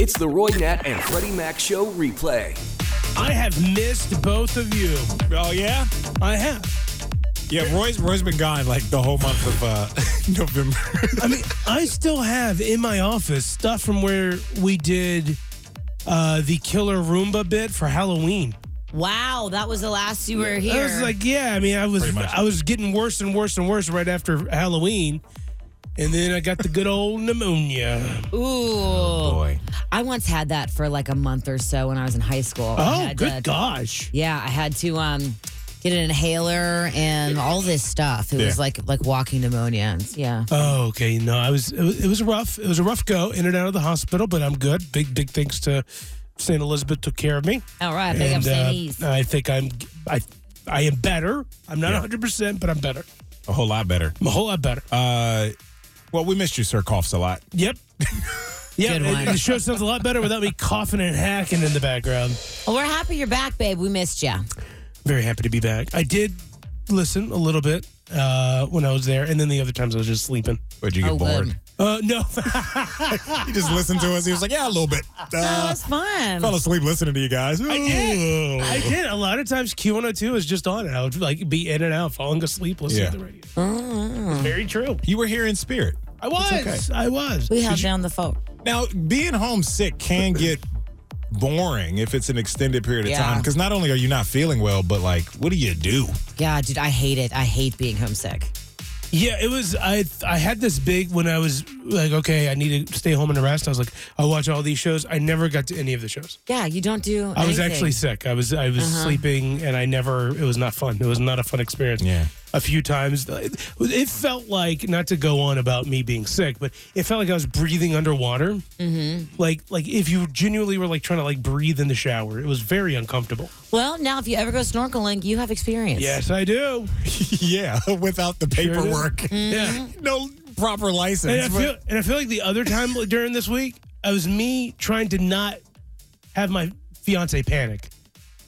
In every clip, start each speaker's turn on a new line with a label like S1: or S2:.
S1: It's the Roy Nat and Freddie Mac show replay.
S2: I have missed both of you.
S3: Oh yeah,
S2: I have.
S3: yeah. Roy's Roy's been gone like the whole month of uh, November.
S2: I mean, I still have in my office stuff from where we did uh, the killer Roomba bit for Halloween.
S4: Wow, that was the last you were here.
S2: I was like, yeah. I mean, I was
S3: Pretty much.
S2: I was getting worse and worse and worse right after Halloween, and then I got the good old pneumonia.
S4: ooh.
S2: Oh,
S3: Boy,
S4: I once had that for like a month or so when I was in high school. I
S2: Oh,
S4: had
S2: good
S4: to-
S2: gosh!
S4: Yeah, I had to um get an inhaler and all this stuff. It was
S3: Yeah.
S4: like like walking pneumonia. And, yeah.
S2: Oh, okay. No, I was. It was, it was rough. It was a rough go in and out of the hospital, but I'm good. Big, big thanks to Saint Elizabeth took care of me.
S4: All right, big up
S2: And, uh,
S4: Sandy's.
S2: I think I'm I I am better. I'm not
S3: Yeah. Oh.
S2: 100, percent but I'm better.
S3: a whole lot better.
S2: I'm a whole lot better.
S3: Uh, well, we missed you, Sir Coughs, a lot.
S2: Yep. Yeah,
S4: Good
S2: and
S4: one.
S2: the show sounds a lot better without me coughing and hacking in the background.
S4: Well, we're happy you're back, babe. We missed you.
S2: Very happy to be back. I did listen a little bit uh, when I was there, and then the other times I was just sleeping.
S3: Would you get
S4: Oh,
S3: bored?
S4: good.
S2: Uh, no,
S3: He just listened to us. He was like, "Yeah, a little bit."
S4: That
S3: Uh,
S4: was fun.
S3: fell asleep listening to you guys. I
S2: did. I did. A lot of times Q102 is just on, and I would like be in and out, falling asleep listening
S3: Yeah.
S2: to the radio.
S4: Mm.
S2: Very true.
S3: You were here in spirit.
S2: I was.
S3: okay.
S2: I was.
S4: We held down the fort.
S3: Now, being homesick can get boring if it's an extended period of
S4: Yeah.
S3: time because not only are you not feeling well, but like, what do you do?
S4: Yeah, dude, I hate it. I hate being homesick.
S2: Yeah, it was. I I had this big when I was like, okay, I need to stay home and rest. I was like, I watch all these shows. I never got to any of the shows.
S4: Yeah, you don't do.
S2: I was
S4: Oh, anything.
S2: actually sick. I was I was sleeping, and I never. It was not fun. It was not a fun experience.
S3: Yeah.
S2: A few times, uh, it felt like not to go on about me being sick, but it felt like I was breathing underwater. Mm-hmm. Like like if you genuinely were like trying to like breathe in the shower, it was very uncomfortable.
S4: Well, now if you ever go snorkeling, you have experience.
S2: Yes, I do.
S3: yeah, without the
S2: Sure do.
S3: paperwork,
S2: Yeah.
S3: no proper license.
S2: And I, feel, and I feel like the other time during this week, I was me trying to not have my fiance panic.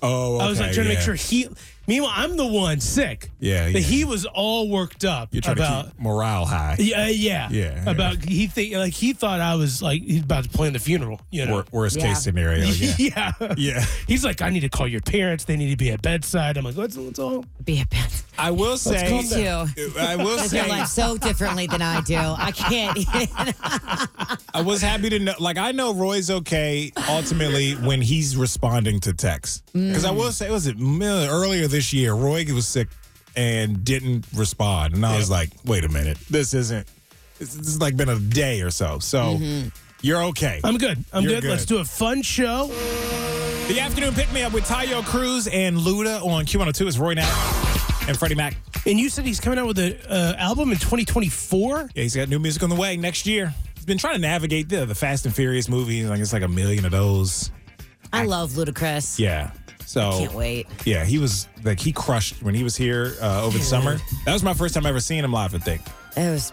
S3: oh,
S2: I was like trying
S3: okay,
S2: to
S3: yeah.
S2: make sure he. Meanwhile, I'm the one sick.
S3: Yeah,
S2: That
S3: yeah.
S2: he was all worked up
S3: you're trying
S2: about.
S3: to keep morale high.
S2: yeah, yeah,
S3: Yeah, yeah.
S2: About he think like he thought I was like he's about to plan the funeral. You know.
S3: Wor- worst
S4: Yeah.
S3: case scenario. Yeah.
S2: yeah.
S3: yeah.
S2: He's like, I need to call your parents. They need to be at bedside. I'm like, let's let's all.
S4: Be a pet.
S3: I will say.
S4: calm down.
S3: I will
S4: Lives their
S3: say.
S4: life so differently than I do. I can't.
S3: I was happy to know. Like, I know Roy's okay ultimately when he's responding to texts. Because I will say, was it mi- earlier this year? Roy was sick and didn't respond, and I was like, "Wait a minute, this isn't. This, this has like been a day or so. So you're okay."
S2: I'm good. I'm
S3: You're
S2: good. Let's
S3: good.
S2: do a fun show.
S3: the afternoon pick me up with Tayo Cruz and Luda on Q102. It's Roy Nat and Freddie Mac.
S2: And you said he's coming out with an uh, album in 2024.
S3: Yeah, he's got new music on the way next year. He's been trying to navigate the, the Fast and Furious movies. Like it's like a million of those.
S4: I love Ludacris.
S3: Yeah. So
S4: Can't wait.
S3: Yeah, he was like he crushed when he was here uh, over the summer. That was my first time ever seeing him live. I think.
S4: It was.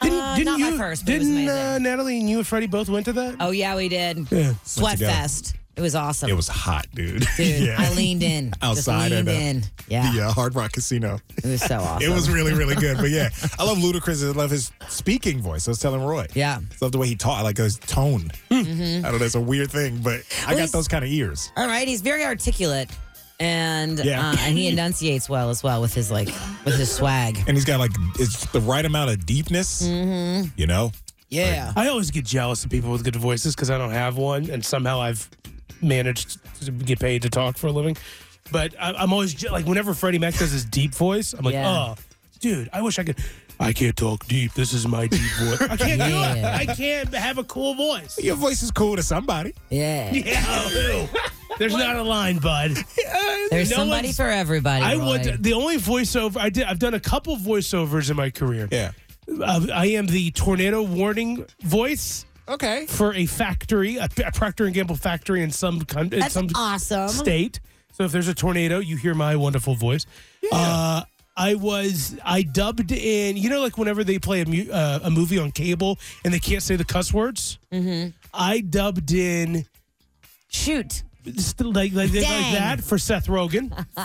S2: Didn't,
S4: uh,
S2: didn't
S4: not
S2: you?
S4: my first, but it was
S2: didn't
S4: amazing.
S2: uh, Natalie and you and Freddie both went to that?
S4: oh yeah, we did.
S2: Yeah.
S4: Sweat
S3: together.
S4: fest. It was awesome.
S3: It was hot, dude.
S4: Dude, I leaned in. Just
S3: Outside
S4: leaned
S3: and, uh,
S4: in. Yeah.
S3: Yeah, Hard Rock Casino.
S4: It was so awesome.
S3: It was really, really good. But yeah, I love Ludacris. I love his speaking voice. I was telling Roy.
S4: Yeah.
S3: I love the way he taught, like his tone. I don't know, it's a weird thing, but
S4: Well,
S3: I got
S4: he's-
S3: those kind of ears.
S4: Mm-hmm. All right, he's very articulate, and
S3: Yeah.
S4: uh, and he enunciates well as well with his like with his swag.
S3: And he's got like it's the right amount of deepness,
S4: Mm-hmm.
S3: you know?
S4: Yeah.
S2: I always get jealous of people with good voices because I don't have one, and somehow I've managed to get paid to talk for a living. But I, I'm always je- like, whenever Freddie Mac does his deep voice, I'm like,
S4: Yeah.
S2: oh, dude, I wish I could. I can't talk deep. This is my deep voice. I can't do it.
S4: Yeah.
S2: I can't have a cool voice.
S3: Your voice is cool to somebody.
S4: Yeah.
S2: Yeah. oh, ew. There's not a line, bud.
S4: There's
S2: No
S4: somebody
S2: one's-
S4: for everybody.
S2: I
S4: Roy.
S2: would. The only voiceover I did, I've done a couple voiceovers in my career.
S3: Yeah.
S2: Uh, I am the tornado warning voice.
S3: Okay.
S2: for a factory, a, a Procter and Gamble factory in some country,
S4: That's
S2: some
S4: awesome.
S2: state. So if there's a tornado, you hear my wonderful voice. Uh, I was I dubbed in. You know, like whenever they play a, mu- uh, a movie on cable and they can't say the cuss words. Mm-hmm. I dubbed in
S4: Shoot.
S2: just like like, like
S4: Dang.
S2: that for Seth Rogen.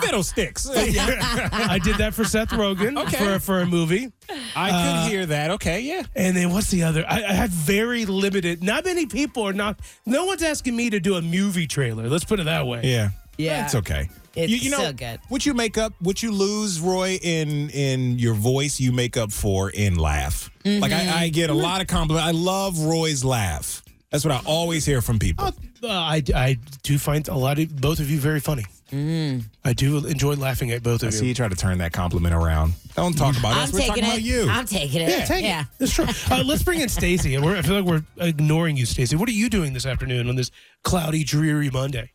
S3: Fiddlesticks.
S2: I did that for Seth Rogen
S3: Okay.
S2: for for a movie. Uh,
S3: I could hear that. Okay, yeah.
S2: And then what's the other? I, I have very limited. Not many people are not. No one's asking me to do a movie trailer. Let's put it that way.
S3: Yeah.
S4: Yeah.
S3: It's okay.
S4: It's
S3: you, you know,
S4: so good.
S3: What you make up, what you lose, Roy, in in your voice, you make up for in laugh. Like I, I
S4: Mm-hmm.
S3: get a lot of compliment. I love Roy's laugh. That's what I always hear from people.
S4: Oh.
S2: Uh, I, I do find a lot of both of you very funny.
S4: Mm.
S2: I do enjoy laughing at both
S3: I
S2: of
S3: see
S2: you.
S3: you try to turn that compliment around. Don't talk about
S4: I'm
S3: us. We're
S4: taking
S3: talking
S4: it.
S3: about you.
S4: I'm taking it.
S2: Yeah, take
S4: yeah.
S2: it. That's true. Uh, let's bring in Stacy. And we're, I feel like we're ignoring you, Stacy. What are you doing this afternoon on this cloudy, dreary Monday?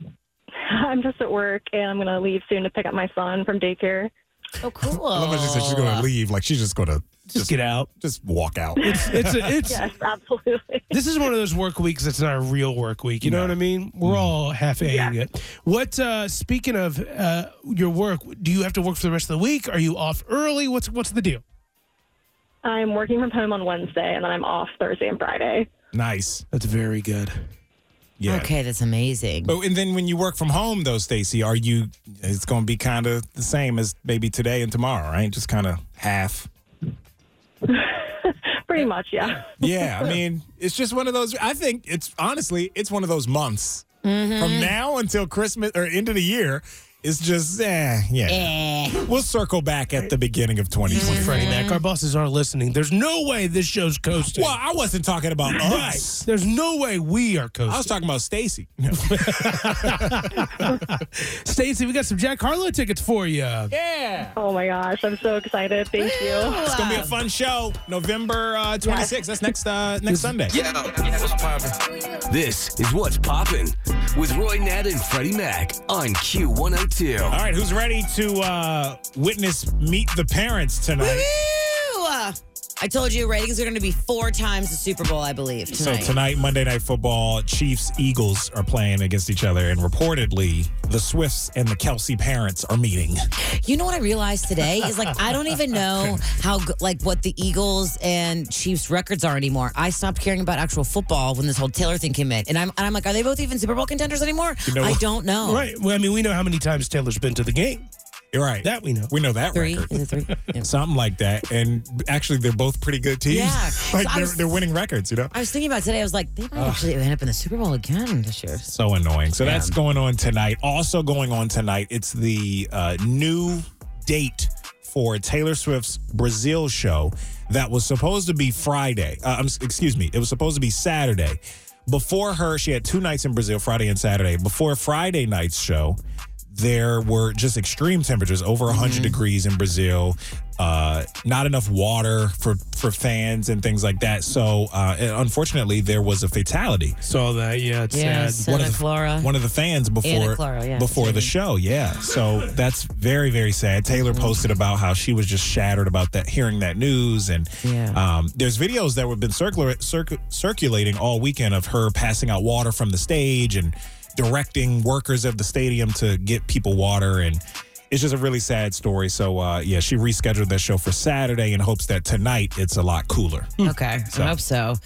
S5: I'm just at work and I'm going to leave soon to pick up my son from daycare.
S4: Oh, cool.
S3: I love how she said she's going to leave. Like she's just going to
S2: Just get out.
S3: just walk out.
S2: It's a, it's
S5: Yes, absolutely.
S2: this is one of those work weeks that's not a real work week. You know
S3: No. Mm.
S2: what I mean? We're all half aing it. What uh, speaking of uh, your work, do you have to work for the rest of the week? Are you off early? What's what's the deal?
S5: I'm working from home on Wednesday and then I'm off Thursday and Friday.
S3: nice.
S2: That's very good.
S3: Yeah.
S4: Okay, that's amazing.
S3: But and then when you work from home though, Stacy, are you? It's going to be kind of the same as maybe today and tomorrow, right? Just kind of half.
S5: Pretty much, yeah.
S3: Yeah, I mean, it's just one of those. I think it's honestly, it's one of those months
S4: Mm-hmm.
S3: from
S5: Mm-hmm.
S3: now until Christmas or end of the year. It's just, eh, yeah.
S4: Eh.
S3: We'll circle back at the beginning of
S5: Mm-hmm.
S3: 2020.
S2: Freddie Mac, our bosses are listening. There's no way this show's coasting.
S3: Well, I wasn't talking about
S2: Right.
S3: us.
S2: There's no way we are
S3: I
S2: coasting.
S3: was talking about Stacy.
S2: Stacy, we got some Jack Harlow tickets for you.
S3: yeah.
S5: Oh my gosh, I'm so excited. Thank you.
S3: It's gonna be a fun show, November uh, 26th. That's next uh, next Sunday.
S1: This is What's Poppin' with Roy Nat and Freddie Mac on Q102.
S3: All right, who's ready to uh, witness meet the parents tonight?
S4: Woo! I told you ratings are going to be four times the Super Bowl, I believe. Tonight.
S3: So tonight, Monday Night Football, Chiefs Eagles are playing against each other, and reportedly, the Swifts and the Kelsey parents are meeting.
S4: You know what I realized today is like I don't even know how g- like what the Eagles and Chiefs records are anymore. I stopped caring about actual football when this whole Taylor thing came in, and I'm and I'm like, are they both even Super Bowl contenders anymore?
S3: know
S4: I
S3: what?
S4: don't know.
S2: Right. Well, I mean, we know how many times Taylor's been to the game.
S3: You're right.
S2: That we know.
S3: we know that
S4: Three
S3: record.
S4: is it three? Yeah.
S3: Something like that. And actually, they're both pretty good teams.
S4: Yeah.
S3: like
S4: So I
S3: they're,
S4: was-
S3: they're winning records, you know?
S4: I was thinking about it today. I was like, they might actually end up in the Super Bowl again this year.
S3: So annoying. So that's going on tonight. Also going on tonight, it's the uh, new date for Taylor Swift's Brazil show that was supposed to be Friday. Uh, I'm, excuse me, it was supposed to be Saturday. Before her, she had two nights in Brazil, Friday and Saturday. Before Friday night's show, there were just extreme temperatures over 100
S4: Mm-hmm.
S3: degrees in brazil uh, not enough water for, for fans and things like that so uh, and unfortunately there was a fatality
S2: Saw that. Yeah, it's
S4: Yeah,
S2: sad.
S4: Santa Clara.
S3: one of the fans before
S4: Anna Clara, Mm-hmm. yeah.
S3: before the show. Yeah. So that's very very sad. Taylor posted about how she was just shattered about that hearing that news and
S4: Yeah.
S3: um, there's videos that have been circular, circ- circulating all weekend of her passing out water from the stage and directing workers of the stadium to get people water and it's just a really sad story. So uh, yeah, she rescheduled that show for Saturday in hopes that tonight it's a lot cooler.
S4: Okay, I hope so.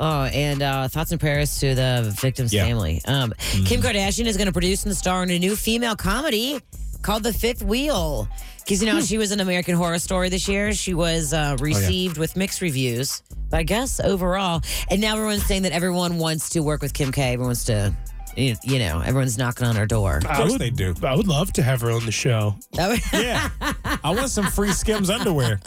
S4: Oh, and uh, thoughts and prayers to the victim's
S3: Yeah. Hmm.
S4: family. Um, Kim Kardashian is going to produce and star in a new female comedy called The Fifth Wheel. Because,
S3: Hmm.
S4: you know, she was an American Horror Story this year. She was
S3: Oh,
S4: uh, received with mixed reviews, but I guess overall. And now everyone's saying that everyone wants to work with Kim K. Everyone's to, you you know, everyone's knocking on her door.
S2: I
S3: course
S2: would-
S3: they do.
S2: I would love to have her on the show.
S3: yeah. I want some free Skims underwear.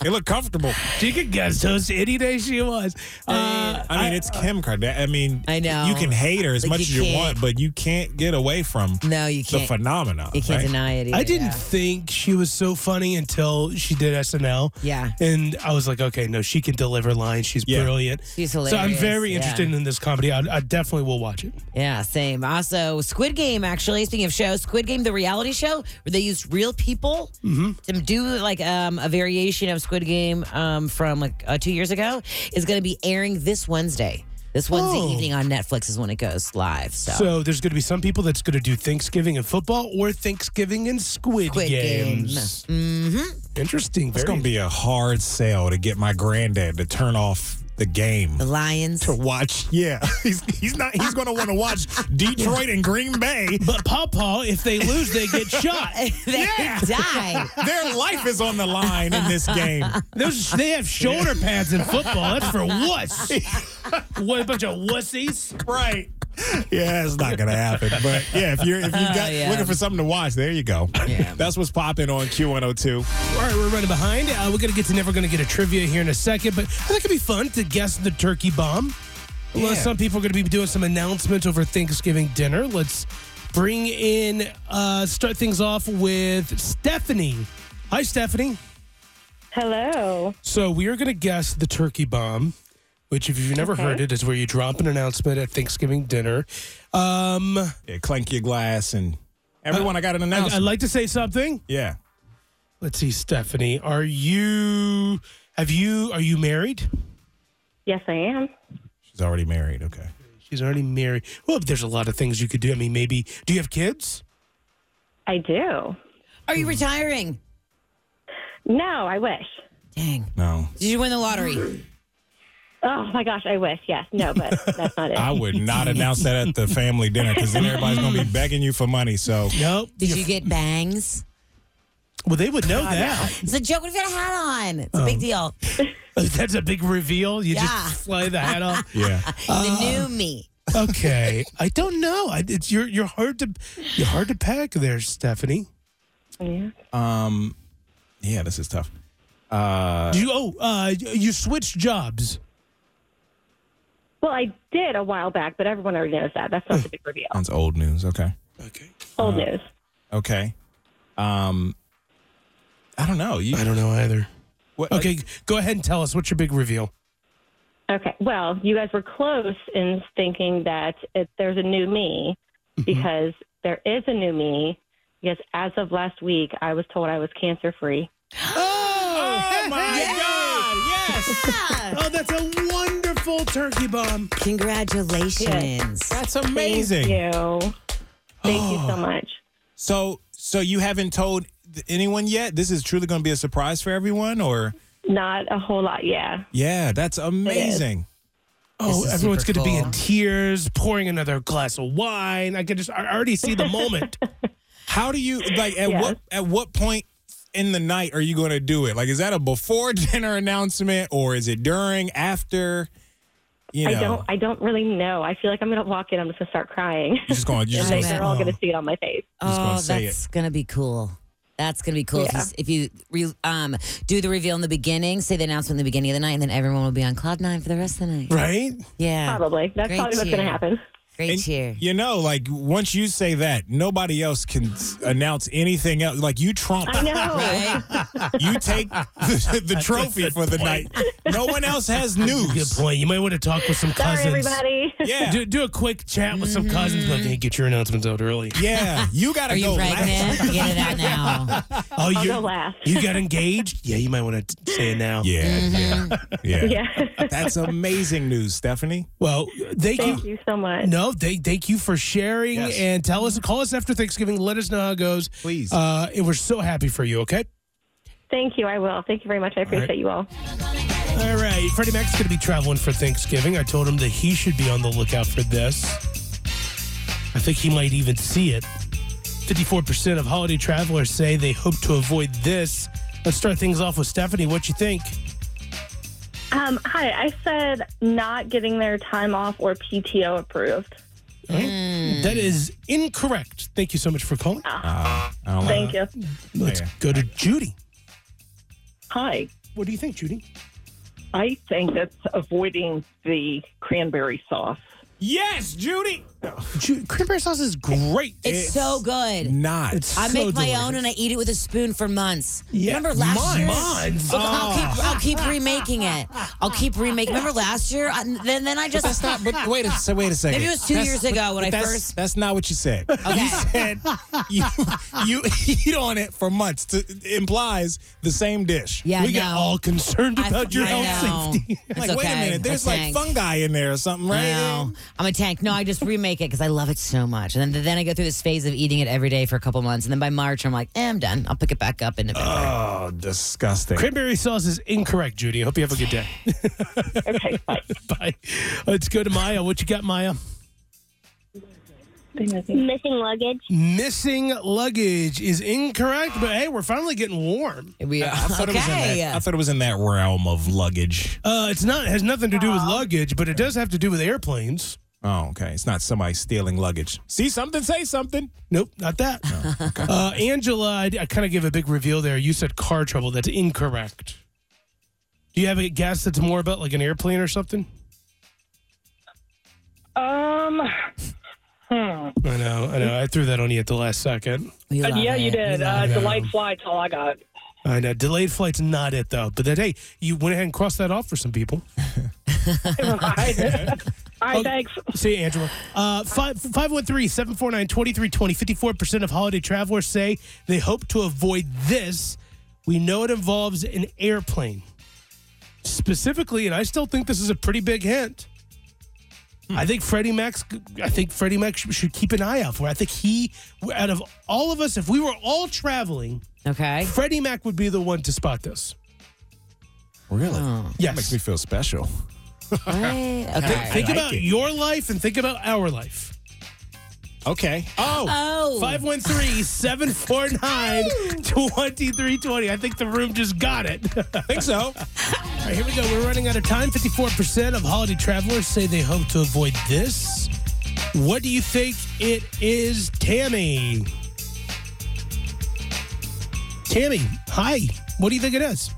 S3: They look comfortable.
S2: She could guest host any day she wants. Uh,
S3: I mean, it's Kim Kardashian. I mean,
S4: I know.
S3: you can hate her as
S4: Like,
S3: much
S4: you
S3: as you
S4: can't-
S3: want, but you can't get away from
S4: no, you
S3: the
S4: can't.
S3: phenomena.
S4: you can't
S3: right?
S4: deny it. Either,
S2: I didn't
S4: yeah.
S2: think she was so funny until she did SNL.
S4: Yeah.
S2: And I was like, okay, no, she can deliver lines. She's
S3: Yeah.
S2: brilliant.
S4: She's
S2: So I'm
S4: hilarious,
S2: very
S4: yeah.
S2: interested in this comedy. I, I definitely will watch it.
S4: Yeah, same. Also, Squid Game, actually, speaking of shows, Squid Game, the reality show where they used real people
S2: Mm-hmm.
S4: to do like um, a variation of Squid Game um, from like uh, two years ago, is going to be airing this Wednesday. This Wednesday
S2: Oh.
S4: evening on Netflix is when it goes live. So,
S2: So there's going to be some people that's going to do Thanksgiving and football or Thanksgiving and Squid,
S4: Squid Game.
S2: Games. Mm-hmm. Interesting.
S3: It's going to be a hard sell to get my granddad to turn off the game.
S4: the Lions.
S3: To watch, yeah, he's he's not he's going to want to watch Detroit and Green Bay.
S2: But Pawpaw, if they lose, they get shot.
S4: they
S3: Yeah.
S4: die.
S3: Their life is on the line in this game.
S2: Those, they have shoulder pads in football. That's for wuss. what a bunch of wussies.
S3: Right. Yeah, it's not gonna happen. But yeah, if you're if you have got
S4: Oh, yeah.
S3: looking for something to watch, there you go. That's what's popping on Q102.
S2: All right, we're running behind. Uh, we're going to get to Never Going to Get a Trivia here in a second, but I think it'd be fun to guess the turkey bomb. Well,
S3: Yeah.
S2: some people are going to be doing some announcements over Thanksgiving dinner. Let's bring in, uh, start things off with Stephanie. Hi, Stephanie.
S5: Hello.
S2: So we are going to guess the turkey bomb, which, if you've never heard it, is where you drop an announcement at Thanksgiving dinner. Um, I-
S3: Yeah, clank your glass and everyone. I got an announcement.
S2: I'd like to say something.
S3: yeah.
S2: Let's see, Stephanie. Are you? Have you? Are you married?
S5: Yes, I am.
S3: She's already married. Okay.
S2: She's already married. Well, there's a lot of things you could do. I mean, maybe. Do you have kids?
S5: I do.
S4: Are you retiring?
S5: No, I wish.
S4: Dang.
S3: No.
S4: Did you win the lottery?
S5: Oh my gosh, I wish. Yes. No, but that's not it.
S3: I would not announce that at the family dinner because then everybody's gonna be begging you for money. So
S2: No.
S4: Did you get bangs?
S2: Well, they would know that.
S4: It's a joke when you got a hat on. It's a big deal.
S2: That's a big reveal. You
S4: Yeah.
S2: just fly the hat off.
S3: yeah.
S4: Uh, the new me.
S2: Okay, I don't know. I, it's you're you're hard to you're hard to pack there, Stephanie.
S5: Oh, Yeah.
S3: Um. Yeah, this is tough.
S2: Do you oh uh, you switched jobs?
S5: Well, I did a while back, but everyone already knows that. That's not the big reveal.
S3: That's old news. Okay.
S2: Okay.
S5: Old
S3: Uh,
S5: news.
S3: Okay. Um. I don't know. You.
S2: I don't know either.
S3: What,
S2: Okay, go ahead and tell us what's your big reveal.
S5: Okay. Well, you guys were close in thinking that it, there's a new me
S3: Mm-hmm.
S5: because there is a new me. Because as of last week, I was told I was cancer free.
S2: Oh, my God! Yes. oh, that's a wonderful turkey bomb.
S4: Congratulations.
S3: That's
S5: Thank
S3: amazing.
S5: you. Thank
S2: Oh.
S5: you so much.
S3: So, so you haven't told th- anyone yet? This is truly going to be a surprise for everyone, or
S5: Not a whole lot, yeah.
S3: yeah, that's amazing.
S2: Oh,
S4: is
S2: everyone's
S4: super
S2: going to be in
S4: cool.
S2: tears, pouring another glass of wine. I can just I already see the moment.
S3: How do you like? At what at what point in the night are you going to do it? Like, is that a before dinner announcement, or is it during, after? You know,
S5: I don't I don't really know. I feel like I'm gonna walk in, I'm just gonna start crying.
S3: you're just going. You're just
S5: and they,
S3: going.
S4: say
S5: they're all gonna see it on my face.
S3: just gonna
S4: Oh,
S3: say
S4: that's gonna be cool. That's gonna be cool if you, s- if you re, um, do the reveal in the beginning, say the announcement in the beginning of the night, and then everyone will be on cloud nine for the rest of the night.
S2: Right?
S4: Yeah,
S5: Probably. That's
S4: Great
S5: probably what's
S4: cheer.
S5: gonna happen.
S4: great
S3: And,
S4: cheer.
S3: You know, like once you say that, nobody else can s- announce anything else. Like you trump
S5: I know.
S4: Right?
S3: You take the, the trophy for the night. No one else has
S2: Good
S3: news.
S2: point. You might want to talk with some
S5: Sorry
S2: cousins.
S5: everybody. Mm-hmm.
S3: Yeah.
S2: Do, do a quick chat with some cousins. Like, hey, get your announcements out early.
S3: Yeah. You got
S4: Are
S3: to
S4: you
S3: go.
S4: pregnant? Get it out now.
S2: Oh, you
S5: go last.
S2: you got engaged? Yeah, you might want to say it now.
S3: Yeah, yeah. Yeah.
S5: Mm-hmm. yeah.
S3: That's amazing news, Stephanie.
S2: Well, thank you.
S5: Thank you so much.
S2: No, thank thank you for sharing
S3: Yes.
S2: and tell us call us after Thanksgiving. Let us know how it goes.
S3: Please.
S2: Uh, and we're so happy for you, okay?
S5: Thank you. I will. Thank you very much. I appreciate you all.
S2: All right. Freddie Mac's gonna be traveling for Thanksgiving. I told him that he should be on the lookout for this. I think he might even see it. 54% of holiday travelers say they hope to avoid this. Let's start things off with Stephanie. What you think?
S5: Um, hi, I said not getting their time off or PTO approved.
S4: Hmm.
S2: That is incorrect. Thank you so much for calling.
S3: Ah. I don't
S5: Thank
S3: know.
S5: you.
S2: Let's
S3: yeah.
S2: go to Judy.
S6: Hi.
S2: What do you think, Judy?
S6: I think that's avoiding the cranberry sauce.
S3: Yes, Judy.
S2: Ju- Cream bear sauce is great.
S4: It's, so good.
S3: Not.
S2: It's-
S4: I
S2: so
S4: make my
S2: delicious.
S4: own and I eat it with a spoon for months.
S2: Yeah,
S4: Remember last year?
S2: months?
S4: Look, I'll, keep, I'll keep remaking it. I'll keep remaking. Remember last year? I, then then I just
S3: that's not. But wait a so wait a second.
S4: Maybe it was two
S3: That's-
S4: years ago when
S3: but
S4: I
S3: that's,
S4: first-
S3: That's not what you said.
S4: Okay.
S3: You said you you eat on it for months. To, implies the same dish.
S4: Yeah,
S2: we
S4: no.
S2: got all concerned
S4: I-
S2: about your
S4: I know.
S2: health safety.
S4: It's
S3: Like wait a
S4: okay.
S3: minute. There's
S4: I
S3: like
S4: tanked.
S3: fungi in there or something,
S4: I
S3: right?
S4: know. I'm a tank. No, I just remake it because I love it so much. And then, then I go through this phase of eating it every day for a couple months. And then by March, I'm like, eh, I'm done. I'll pick it back up in November.
S3: Oh, disgusting.
S2: Cranberry sauce is incorrect, Judy. I hope you have a good day.
S6: Okay, bye.
S2: Bye. Let's go to Maya. What you got, Maya?
S7: Missing luggage.
S3: Mm,
S2: Missing luggage is incorrect, but hey, we're finally getting warm.
S4: we
S3: I thought, it was in
S4: okay.
S3: that, I thought it was in that realm of luggage.
S2: Uh, it's not it has nothing to do with luggage, but it does have to do with airplanes.
S3: Oh, okay. It's not somebody stealing luggage. See something, say something.
S2: Nope, not that. uh, Angela, I, I kind of gave a big reveal there. You said car trouble. That's incorrect. Do you have a guess that's more about like an airplane or something?
S6: Um, hmm.
S2: I know, I know. I threw that on you at the last second.
S4: We love
S6: yeah, you
S4: it.
S6: did.
S4: We
S6: Uh,
S4: love it.
S6: delayed flight's all I got.
S2: I know. Delayed flight's not it though. But that hey, you went ahead and crossed that off for some people.
S6: Right. all right, thanks.
S2: See you, Angela. Uh, 513-749-2320. 54% of holiday travelers say they hope to avoid this. We know it involves an airplane. Specifically, and I still think this is a pretty big hint. I think Freddie Max. I think Freddie Mac sh- should keep an eye out for. it. I think he, out of all of us, if we were all traveling,
S4: Okay.
S2: Freddie Mac would be the one to spot this.
S3: Really?
S4: Oh.
S2: Yes.
S3: Makes me feel special.
S4: Right. Okay.
S2: think
S3: like
S2: about
S3: it.
S2: your life and think about our life.
S3: Okay. Oh,
S4: Oh.
S2: 513-749-2320. I think the room just got it. All
S3: I think so.
S2: right, here we go. We're running out of time. 54% of holiday travelers say they hope to avoid this. What do you think it is, Tammy? Tammy, hi. What do you think it is?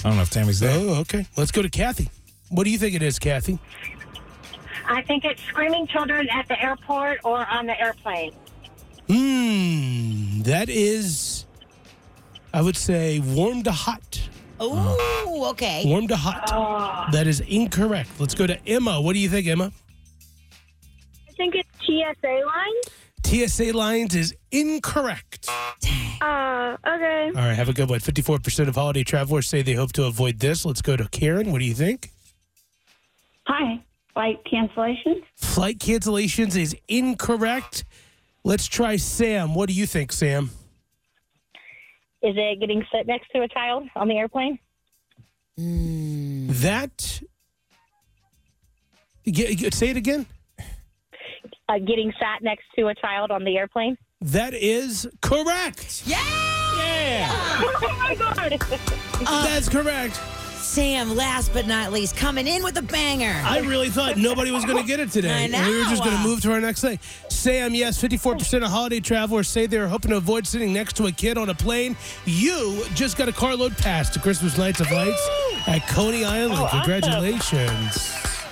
S3: I don't know if Tammy's there.
S2: Oh, okay. Let's go to Kathy. What do you think it is, Kathy?
S7: I think it's screaming children at the airport or on the airplane.
S2: Hmm, that is, I would say, warm to hot.
S3: Uh,
S4: Ooh, okay.
S2: Warm to hot. That is incorrect. Let's go to Emma. What do you think, Emma?
S7: I think it's TSA line.
S2: TSA lines is incorrect.
S7: Uh, okay.
S2: All right, have a good one. 54% of holiday travelers say they hope to avoid this. Let's go to Karen. What do you think?
S7: Hi. Flight cancellations.
S2: Flight cancellations is incorrect. Let's try Sam. What do you think, Sam?
S7: Is it getting sit next to a child on the airplane?
S2: That. G- g- say it again.
S7: Uh, getting sat next to a child on the airplane?
S2: That is correct.
S4: Yeah.
S7: oh my god!
S2: That's correct.
S4: Sam, last but not least, coming in with a banger.
S2: I really thought nobody was going to get it today.
S4: I
S2: And we were just
S4: know.
S2: going to move to our next thing. Sam, yes, 54% of holiday travelers say they're hoping to avoid sitting next to a kid on a plane. You just got a carload pass to Christmas Nights of Lights at Coney Island.
S4: Oh,
S2: Congratulations.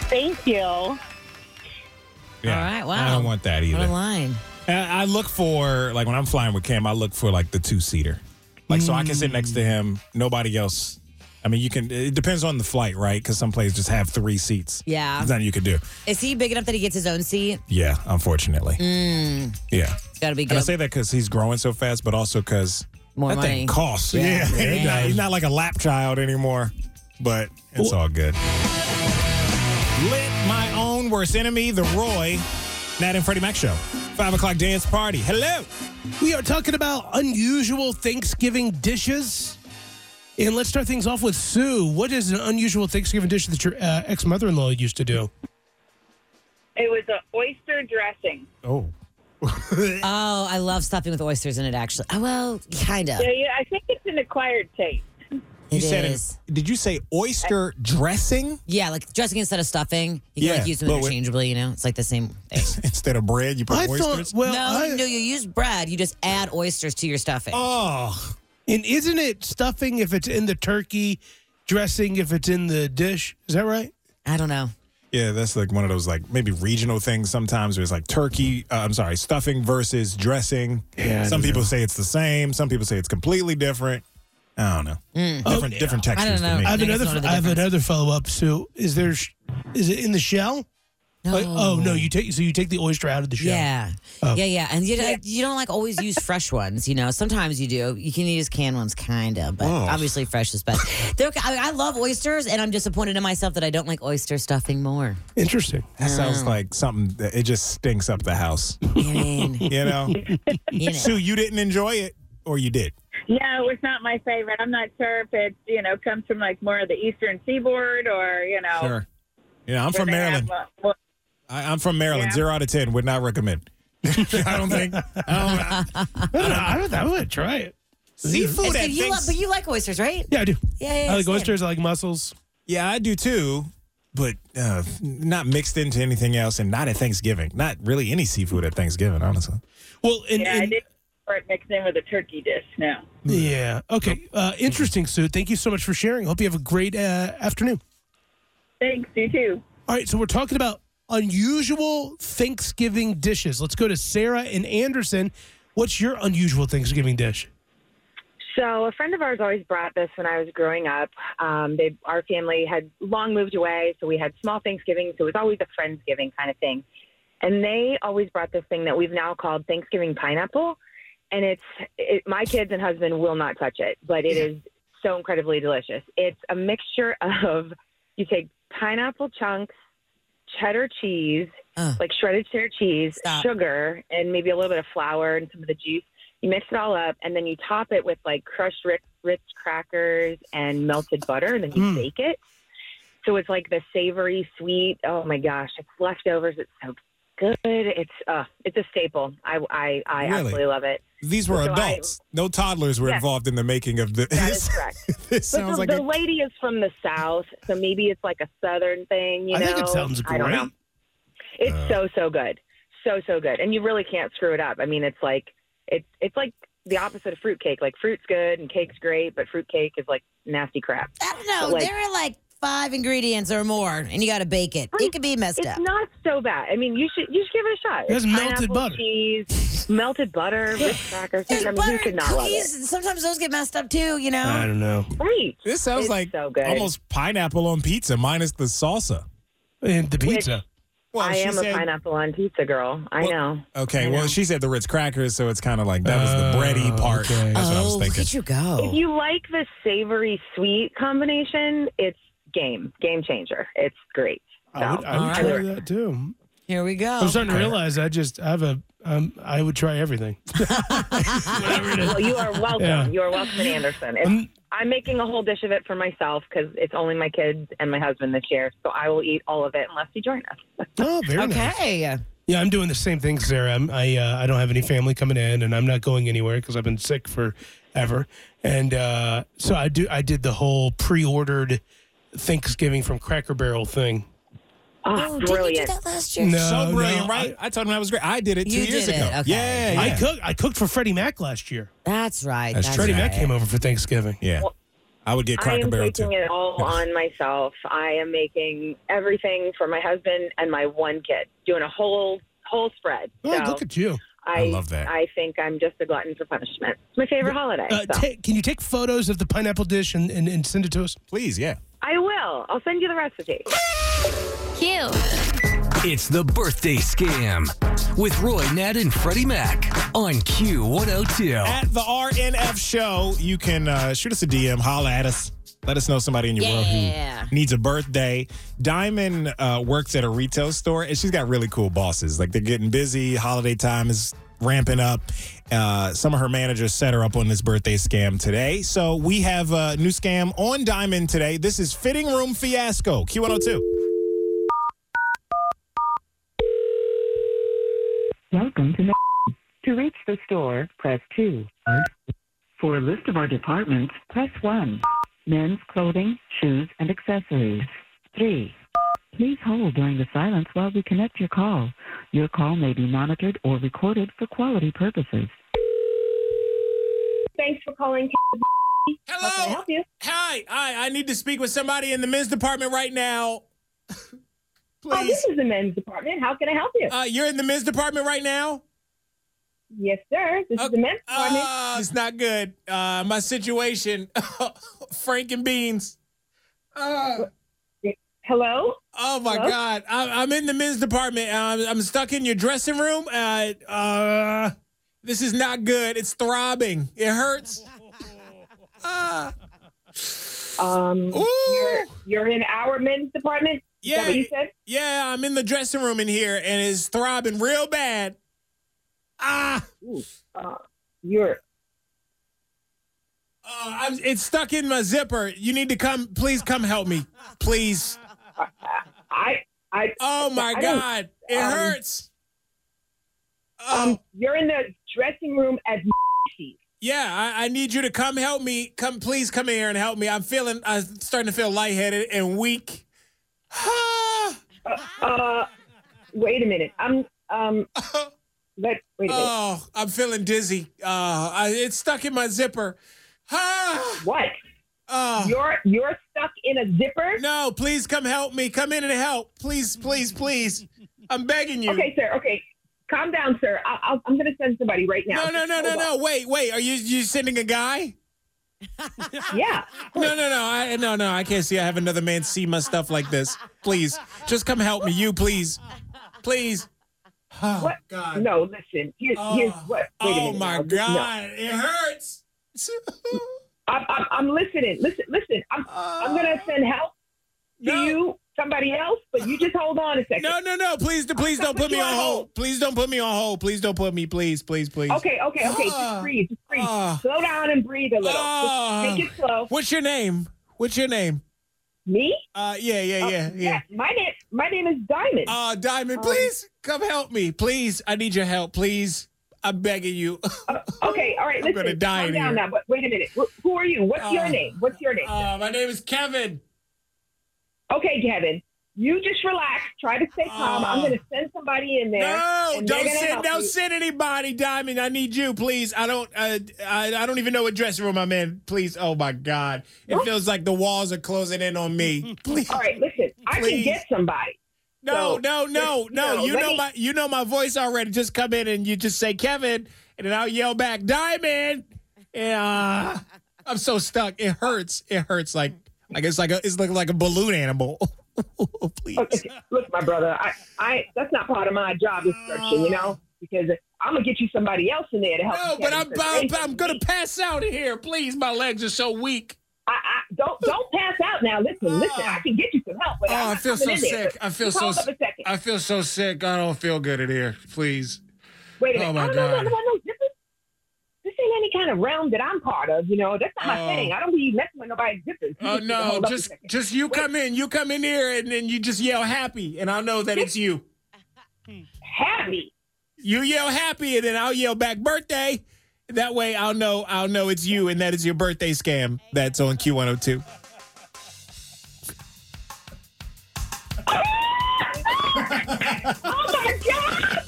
S7: Thank you.
S3: Yeah.
S4: All right, wow.
S3: I don't want that
S4: What a
S3: either.
S4: line.
S3: I I look for like when I'm flying with Cam, I look for like the two seater, like so I can sit next to him. Nobody else. I mean, you can. It depends on the flight, right? Because some places just have three seats.
S4: Yeah.
S3: there's nothing you can do.
S4: Is he big enough that he gets his own seat?
S3: Yeah, unfortunately. Yeah,
S4: It's got to Mm. be
S3: and I
S4: good.
S3: say that because he's growing so fast, but also because
S4: More
S3: that
S4: money.
S3: thing costs.
S4: Yeah.
S3: Yeah,
S4: Yeah.
S3: No, he's not like a lap child anymore, but it's all good. Lit my own worst enemy, the Roy, Nat and Freddie Mac show. Five o'clock dance party. Hello.
S2: We are talking about unusual Thanksgiving dishes. And let's start things off with Sue. What is an unusual Thanksgiving dish that your uh, ex mother in law used to do?
S6: It was an oyster dressing.
S3: Oh.
S4: oh, I love stuffing with oysters in it, actually. Oh, well, kind of.
S6: Yeah, yeah, I think it's an acquired taste.
S3: You
S4: It
S3: said
S4: is.
S3: It, did you say oyster dressing
S4: Yeah, like dressing instead of stuffing. You can
S3: Yeah,
S4: like use them
S3: but with-
S4: interchangeably, you know? It's like the same thing.
S3: instead of bread? You put
S2: I
S3: oysters.
S2: thought, well,
S4: no,
S2: I-
S4: no, you use bread. You just add oysters to your stuffing.
S3: oh,
S2: And isn't it stuffing if it's in the turkey, dressing if it's in the dish? Is that right?
S4: I don't know.
S3: Yeah, that's like one of those like maybe regional things sometimes where it's like turkey, uh, I'm sorry, stuffing versus dressing.
S2: Yeah, I
S3: some
S2: don't
S3: people say it's the same, some people say it's completely different. I don't know. Different different
S4: Mm. don't
S3: textures
S4: know.
S3: to me.
S2: I have
S4: think it's
S2: another.
S4: one of the
S2: Oh, I have
S4: difference.
S2: another follow up. So, is there? sh- Is it in the shell?
S4: No.
S2: Like, oh no, you take. So you take the oyster out of the Oh. shell.
S4: Yeah. Yeah, yeah. And you, don't you don't like always use fresh ones, you know. Sometimes you do. You can use canned ones, kind of, but
S2: Oh.
S4: obviously fresh is best. They're, I, I love oysters, and I'm disappointed in myself that I don't like oyster stuffing more.
S2: Interesting.
S3: That sounds like something that it just stinks up the house.
S4: I mean,
S3: You know?
S4: you know.
S3: Sue, you didn't enjoy it or you did.
S6: No, it's not my favorite. I'm not sure if it, you know, comes from like more of the eastern seaboard or, you know.
S3: Yeah, I'm
S6: where
S3: from
S6: they have,
S3: Maryland.
S6: uh, well,
S3: I, I'm from Maryland.
S6: Yeah.
S3: Zero out of ten. Would not recommend. I don't think. I don't,
S2: I don't know. I, don't, I would try it.
S3: seafood.
S4: It's
S3: that
S4: good. You love,
S3: thinks-
S4: but you like oysters, right?
S2: Yeah, I do.
S4: Yeah, yeah,
S2: I like
S4: same.
S2: oysters. I like mussels.
S3: yeah, I do too. But uh, not mixed into anything else, and not at Thanksgiving. Not really any seafood at Thanksgiving, honestly.
S2: Well, and,
S6: yeah, I
S2: and-
S6: did it mixed in with a turkey dish now.
S2: yeah. Okay. Uh, interesting, Sue. Thank you so much for sharing. Hope you have a great uh, afternoon.
S6: Thanks, you too.
S2: All right. So we're talking about unusual Thanksgiving dishes. Let's go to Sarah and Anderson. What's your unusual Thanksgiving dish?
S8: So a friend of ours always brought this when I was growing up. Um, they, our family had long moved away, so we had small Thanksgiving, so it was always a friendsgiving kind of thing. And they always brought this thing that we've now called Thanksgiving pineapple, and it's it, my kids and husband will not touch it, but it is so incredibly delicious. It's a mixture of you take pineapple chunks, cheddar cheese,
S4: Uh.
S8: like shredded cheddar cheese,
S4: Stop.
S8: sugar, and maybe a little bit of flour and some of the juice. You mix it all up, and then you top it with like crushed Ritz, Ritz crackers and melted butter, and then you
S2: Mm.
S8: bake it. So it's like the savory, sweet. Oh my gosh, it's leftovers. It's so good. It's uh, it's a staple. I I, I
S3: Really?
S8: absolutely love it.
S3: These were
S8: So I-
S3: adults. no toddlers were
S8: Yes.
S3: involved in the making of the.
S8: That is correct.
S3: this
S8: But
S3: sounds
S8: the,
S3: like
S8: the
S3: a,
S8: lady is from the south, so maybe it's like a southern thing.
S2: I
S8: You know,
S2: think it sounds
S8: I don't know.
S2: great.
S8: It's
S3: Uh.
S8: so so good, so so good, and you really can't screw it up. I mean, it's like it's it's like the opposite of fruitcake. Like fruit's good and cake's great, but fruitcake is like nasty crap.
S4: I don't know.
S8: But, like-
S4: there are like five ingredients or more, and you got to bake it. It could be messed
S8: It's
S4: up.
S8: not so bad. I mean, you should you should give it a shot.
S2: There's
S8: It's
S2: melted
S8: pineapple
S2: butter.
S8: cheese, melted butter, Ritz crackers. I
S4: There's
S8: mean,
S4: butter
S8: who could
S4: and
S8: not love
S4: cookies.
S8: it?
S4: and Sometimes those get messed up too, you
S2: I
S4: know.
S2: don't know.
S8: Right.
S3: this sounds
S8: It's
S3: like
S8: so good.
S3: almost pineapple on pizza minus the salsa.
S2: And the pizza.
S3: Well,
S8: I
S3: she
S8: am
S3: said-
S8: a pineapple on pizza girl. I
S3: Well-
S8: know.
S3: Okay,
S8: I
S3: well,
S8: know.
S3: she said the Ritz crackers, so it's kind of like that was the
S2: Oh,
S3: bready part.
S2: okay.
S3: That's what I
S4: oh,
S3: was
S4: look at
S3: thinking.
S4: you go.
S8: If you like the savory sweet combination, it's game game changer. It's great.
S2: I would, I would
S4: All
S2: try
S8: right.
S2: that too.
S4: Here we go.
S2: I'm starting to realize I just I have a um, I would try everything. Whatever it is.
S8: well, you are welcome.
S2: Yeah.
S8: You are welcome at Anderson. It's,
S2: Um,
S8: I'm making a whole dish of it for myself because it's only my kids and my husband this year, so I will eat all of it unless you join us.
S2: Oh, very nice.
S4: Okay.
S2: Yeah, I'm doing the same thing, Sarah. I'm, I uh, I don't have any family coming in, and I'm not going anywhere because I've been sick for ever. And uh, so I do. I did the whole pre-ordered Thanksgiving from Cracker Barrel thing.
S8: Oh,
S4: Oh, did you do
S8: brilliant!
S4: that last year?
S2: No,
S3: so brilliant,
S2: no,
S3: right? I, told him that was great. I did it two
S4: You
S3: years
S4: did
S3: ago.
S4: it, okay.
S3: Yeah, yeah.
S2: I cooked. I cooked for Freddie Mac last year.
S4: That's right.
S3: That's
S4: That's
S3: true.
S2: Freddie
S4: right.
S2: Mac came over for Thanksgiving.
S3: yeah. I would get
S8: I
S3: Cracker
S8: am
S3: Barrel
S8: taking
S3: too.
S8: it all on myself. I am making everything for my husband and my one kid, doing a whole whole spread.
S2: Oh,
S8: so
S2: look at you!
S8: I,
S3: love that.
S8: I think I'm just a glutton for punishment. It's my favorite holiday.
S2: Uh,
S8: so.
S2: ta- can you take photos of the pineapple dish and, and, and send it to us?
S3: Please, yeah.
S8: I will. I'll send you the recipe.
S9: Cute.
S1: It's the birthday scam with Roy, Nat, and Freddie Mac on Q102.
S3: At the RNF show, you can uh, shoot us a DM, holla at us. Let us know somebody in your world
S4: Yeah.
S3: who needs a birthday. Diamond uh, works at a retail store, and she's got really cool bosses. Like they're getting busy. Holiday time is ramping up. Uh, some of her managers set her up on this birthday scam today. So we have a new scam on Diamond today. This is fitting room fiasco. Q102.
S10: Welcome to Ma- To reach the store, press 2. For a list of our departments, press 1. Men's clothing, shoes, and accessories. 3. Please hold during the silence while we connect your call. Your call may be monitored or recorded for quality purposes.
S6: Thanks for calling. How can I
S3: Hello.
S6: help you?
S3: Hi. Hi. I need to speak with somebody in the men's department right now.
S6: Hi, Oh, this is the men's department. How can I help you?
S3: Uh, you're in the men's department right now?
S6: Yes, sir. This is the men's department.
S3: Uh, it's not good. Uh, my situation, Frank and Beans. Uh,
S6: Hello?
S3: Oh my
S6: Hello?
S3: God! I, I'm in the men's department. I'm, I'm stuck in your dressing room. Uh, uh, this is not good. It's throbbing. It hurts. Uh,
S6: Um, you're, you're in our men's department? Is that
S3: yeah,
S6: what you said?
S3: yeah. I'm in the dressing room in here, and it's throbbing real bad. Ah,
S6: uh, you're.
S3: Uh, I'm, it's stuck in my zipper. You need to come. Please come help me. Please.
S6: I. I.
S3: Oh my
S6: I don't-
S3: God! It
S6: um,
S3: hurts. Oh.
S6: Um, you're in the dressing room at
S3: Yeah, I, I need you to come help me. Come, please, come here and help me. I'm feeling, I'm starting to feel lightheaded and weak.
S6: uh, wait a minute. I'm um. Let wait a minute.
S3: Oh, I'm feeling dizzy. Uh, I, it's stuck in my zipper.
S6: what?
S3: Oh.
S6: You're you're stuck in a zipper?
S3: No, please come help me. Come in and help, please, please, please. I'm begging you.
S6: Okay, sir. Okay, calm down, sir. I, I'll, I'm gonna send somebody right now.
S3: No, no, no, no,
S6: Hold
S3: no. Wait, wait. Are you you sending a guy?
S6: on. Yeah.
S3: No, no, no. I no, no. I can't see. I have another man see my stuff like this. Please, just come help me. You, please, please. Oh,
S6: what?
S3: God.
S6: No, listen. Here's, here's what. Wait a
S3: Oh
S6: minute
S3: my
S6: now. This- no.
S3: God, it hurts.
S6: I'm, I'm, I'm listening. Listen, listen. I'm I'm
S3: Uh,
S6: gonna send help to you, somebody else, but you just hold on a second.
S3: No, no, no. Please, do- please don't put me on hold. Please don't put me on hold. Please don't put me. Please, please, please. Uh,
S6: Okay, okay, okay. just breathe. Just breathe. slow down and breathe a little.
S3: Ah.
S6: just take it slow.
S3: What's your name? What's your name?
S6: Me?
S3: Uh, yeah, yeah,
S6: Uh,
S3: yeah, yeah.
S6: yeah, My name, my name is Diamond.
S3: Uh, Diamond,
S6: Um,
S3: please come help me. Please, I need your help. Please, I'm begging you.
S6: Uh, okay, all right.
S3: I'm
S6: listen,
S3: gonna die
S6: calm
S3: in
S6: down
S3: here.
S6: now. But wait a minute. Wh- Who are you? What's
S3: Uh,
S6: your name? What's your name?
S3: Uh, my name is Kevin.
S6: okay, Kevin. You just relax. Try to stay calm. I'm
S3: Uh,
S6: going to send somebody in there.
S3: No,
S6: and they're
S3: don't
S6: gonna
S3: send
S6: help
S3: don't
S6: you.
S3: send anybody, Diamond. I need you, please. I don't uh, I I don't even know what dressing room I'm in. Please, oh my God, it feels like the walls are closing in on me. Please,
S6: All right, listen. I can
S3: Please.
S6: get somebody.
S3: no,
S6: So,
S3: no, no,
S6: just-
S3: no.
S6: no,
S3: You
S6: let
S3: know
S6: me-
S3: my you know my voice already. Just come in and you just say Kevin, and then I'll yell back Diamond. Yeah, I'm so stuck. It hurts. It hurts like like it's like a, it's looking like a balloon animal. please.
S6: Okay, Look, my brother. I, I. That's not part of my job description. You know, because I'm gonna get you somebody else in there to help.
S3: Uh. No,
S6: you,
S3: but
S6: Kevin,
S3: I'm,
S6: 'cause
S3: I'm,
S6: they-
S3: I'm gonna pass out of here. Please, my legs are so weak. Uh.
S6: I, I don't don't pass out now. Listen, listen. I can get you some help. But
S3: Oh,
S6: I'm
S3: I
S6: not
S3: feel so
S6: coming in there.
S3: sick. I feel
S6: Just
S3: so.
S6: Hold up a second.
S3: I feel so sick. I don't feel good in here. Please.
S6: Wait a minute.
S3: Oh, my
S6: I don't know
S3: God.
S6: nothing about no zippers. This ain't any kind of realm that I'm part of. You know, that's not
S3: Oh.
S6: my thing. I don't be messing with nobody's zippers. You
S3: Oh
S6: just need to
S3: no!
S6: hold up a
S3: Just,
S6: second.
S3: just you come in. You come in here, and then you just yell happy, and I'll know that it's you.
S6: Hmm. happy.
S3: You yell happy, and then I'll yell back birthday. That way, I'll know. I'll know it's you, and that is your birthday scam. That's on Q102.
S6: Oh my god!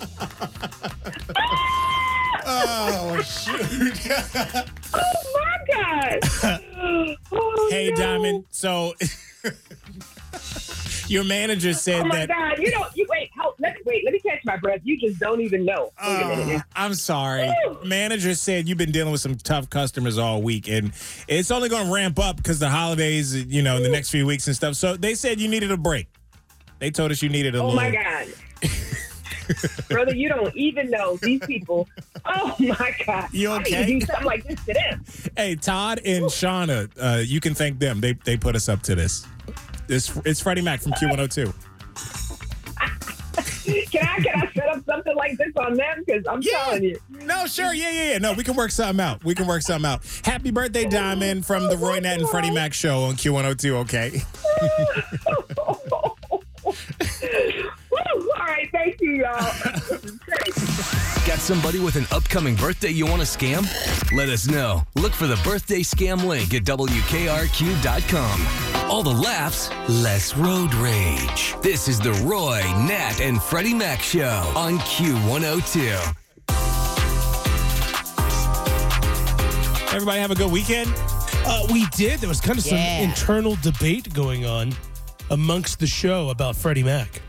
S3: Oh shoot!
S6: Oh my god! Oh,
S3: hey,
S6: no.
S3: Diamond. So, your manager said
S6: Oh my
S3: that.
S6: god! You don't. You wait. Hold, let me wait. Let me catch my breath. You just don't even know. Wait a minute.
S3: Oh, I'm sorry. Manager said you've been dealing with some tough customers all week, and it's only going to ramp up because the holidays, you know, in the next few weeks and stuff. So they said you needed a break. They told us you needed a
S6: Oh
S3: little.
S6: my god. Brother, you don't even know these people. Oh my god!
S3: You
S6: I
S3: okay?
S6: need to do something like this to them.
S3: Hey, Todd and Shauna, uh, you can thank them. They they put us up to this. It's it's Freddie Mac from Q102.
S6: Can I can I set up something like this on them? Because I'm telling you.
S3: No, sure, yeah, yeah, yeah. No, we can work something out. We can work something out. Happy birthday, Diamond, from the Roy Nat and Freddie Mac show on Q102. Okay.
S6: Woo! All right, thank you, y'all.
S1: Got somebody with an upcoming birthday you want to scam? Let us know. Look for the birthday scam link at WKRQ.com. All the laughs, less road rage. This is the Roy, Nat, and Freddie Mac Show on Q102.
S3: Everybody have a good weekend.
S2: Uh, we did. There was kind of
S11: Yeah.
S2: some internal debate going on amongst the show about Freddie Mac.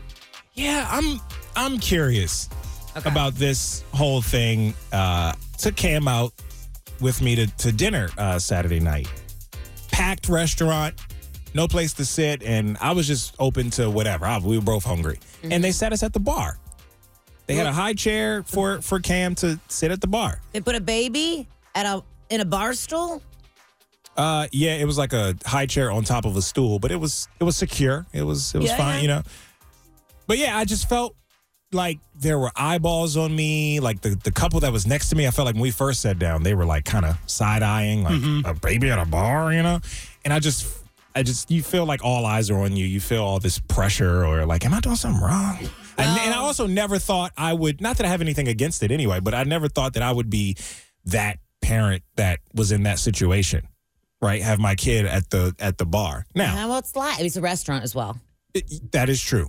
S3: Yeah, I'm I'm curious about this whole thing. Uh took Cam out with me to, to dinner uh Saturday night. Packed restaurant, no place to sit, and I was just open to whatever. I, we were both hungry.
S4: Mm-hmm.
S3: And they sat us at the bar. They had a high chair for for Cam to sit at the bar.
S4: They put a baby at a in a bar stool.
S3: Uh, yeah, it was like a high chair on top of a stool, but it was it was secure. It was it was
S4: Yeah,
S3: fine,
S4: yeah.
S3: you know. But yeah, I just felt like there were eyeballs on me. Like the the couple that was next to me, I felt like when we first sat down, they were like kind of side eyeing, like
S4: Mm-hmm.
S3: a baby at a bar, you know. And I just I just you feel like all eyes are on you. You feel all this pressure, or like, am I doing something wrong? And, and I also never thought I would. Not that I have anything against it anyway, but I never thought that I would be that parent that was in that situation right have my kid at the at the bar now
S4: Uh, well, it's live. It's a restaurant as well.
S3: that is true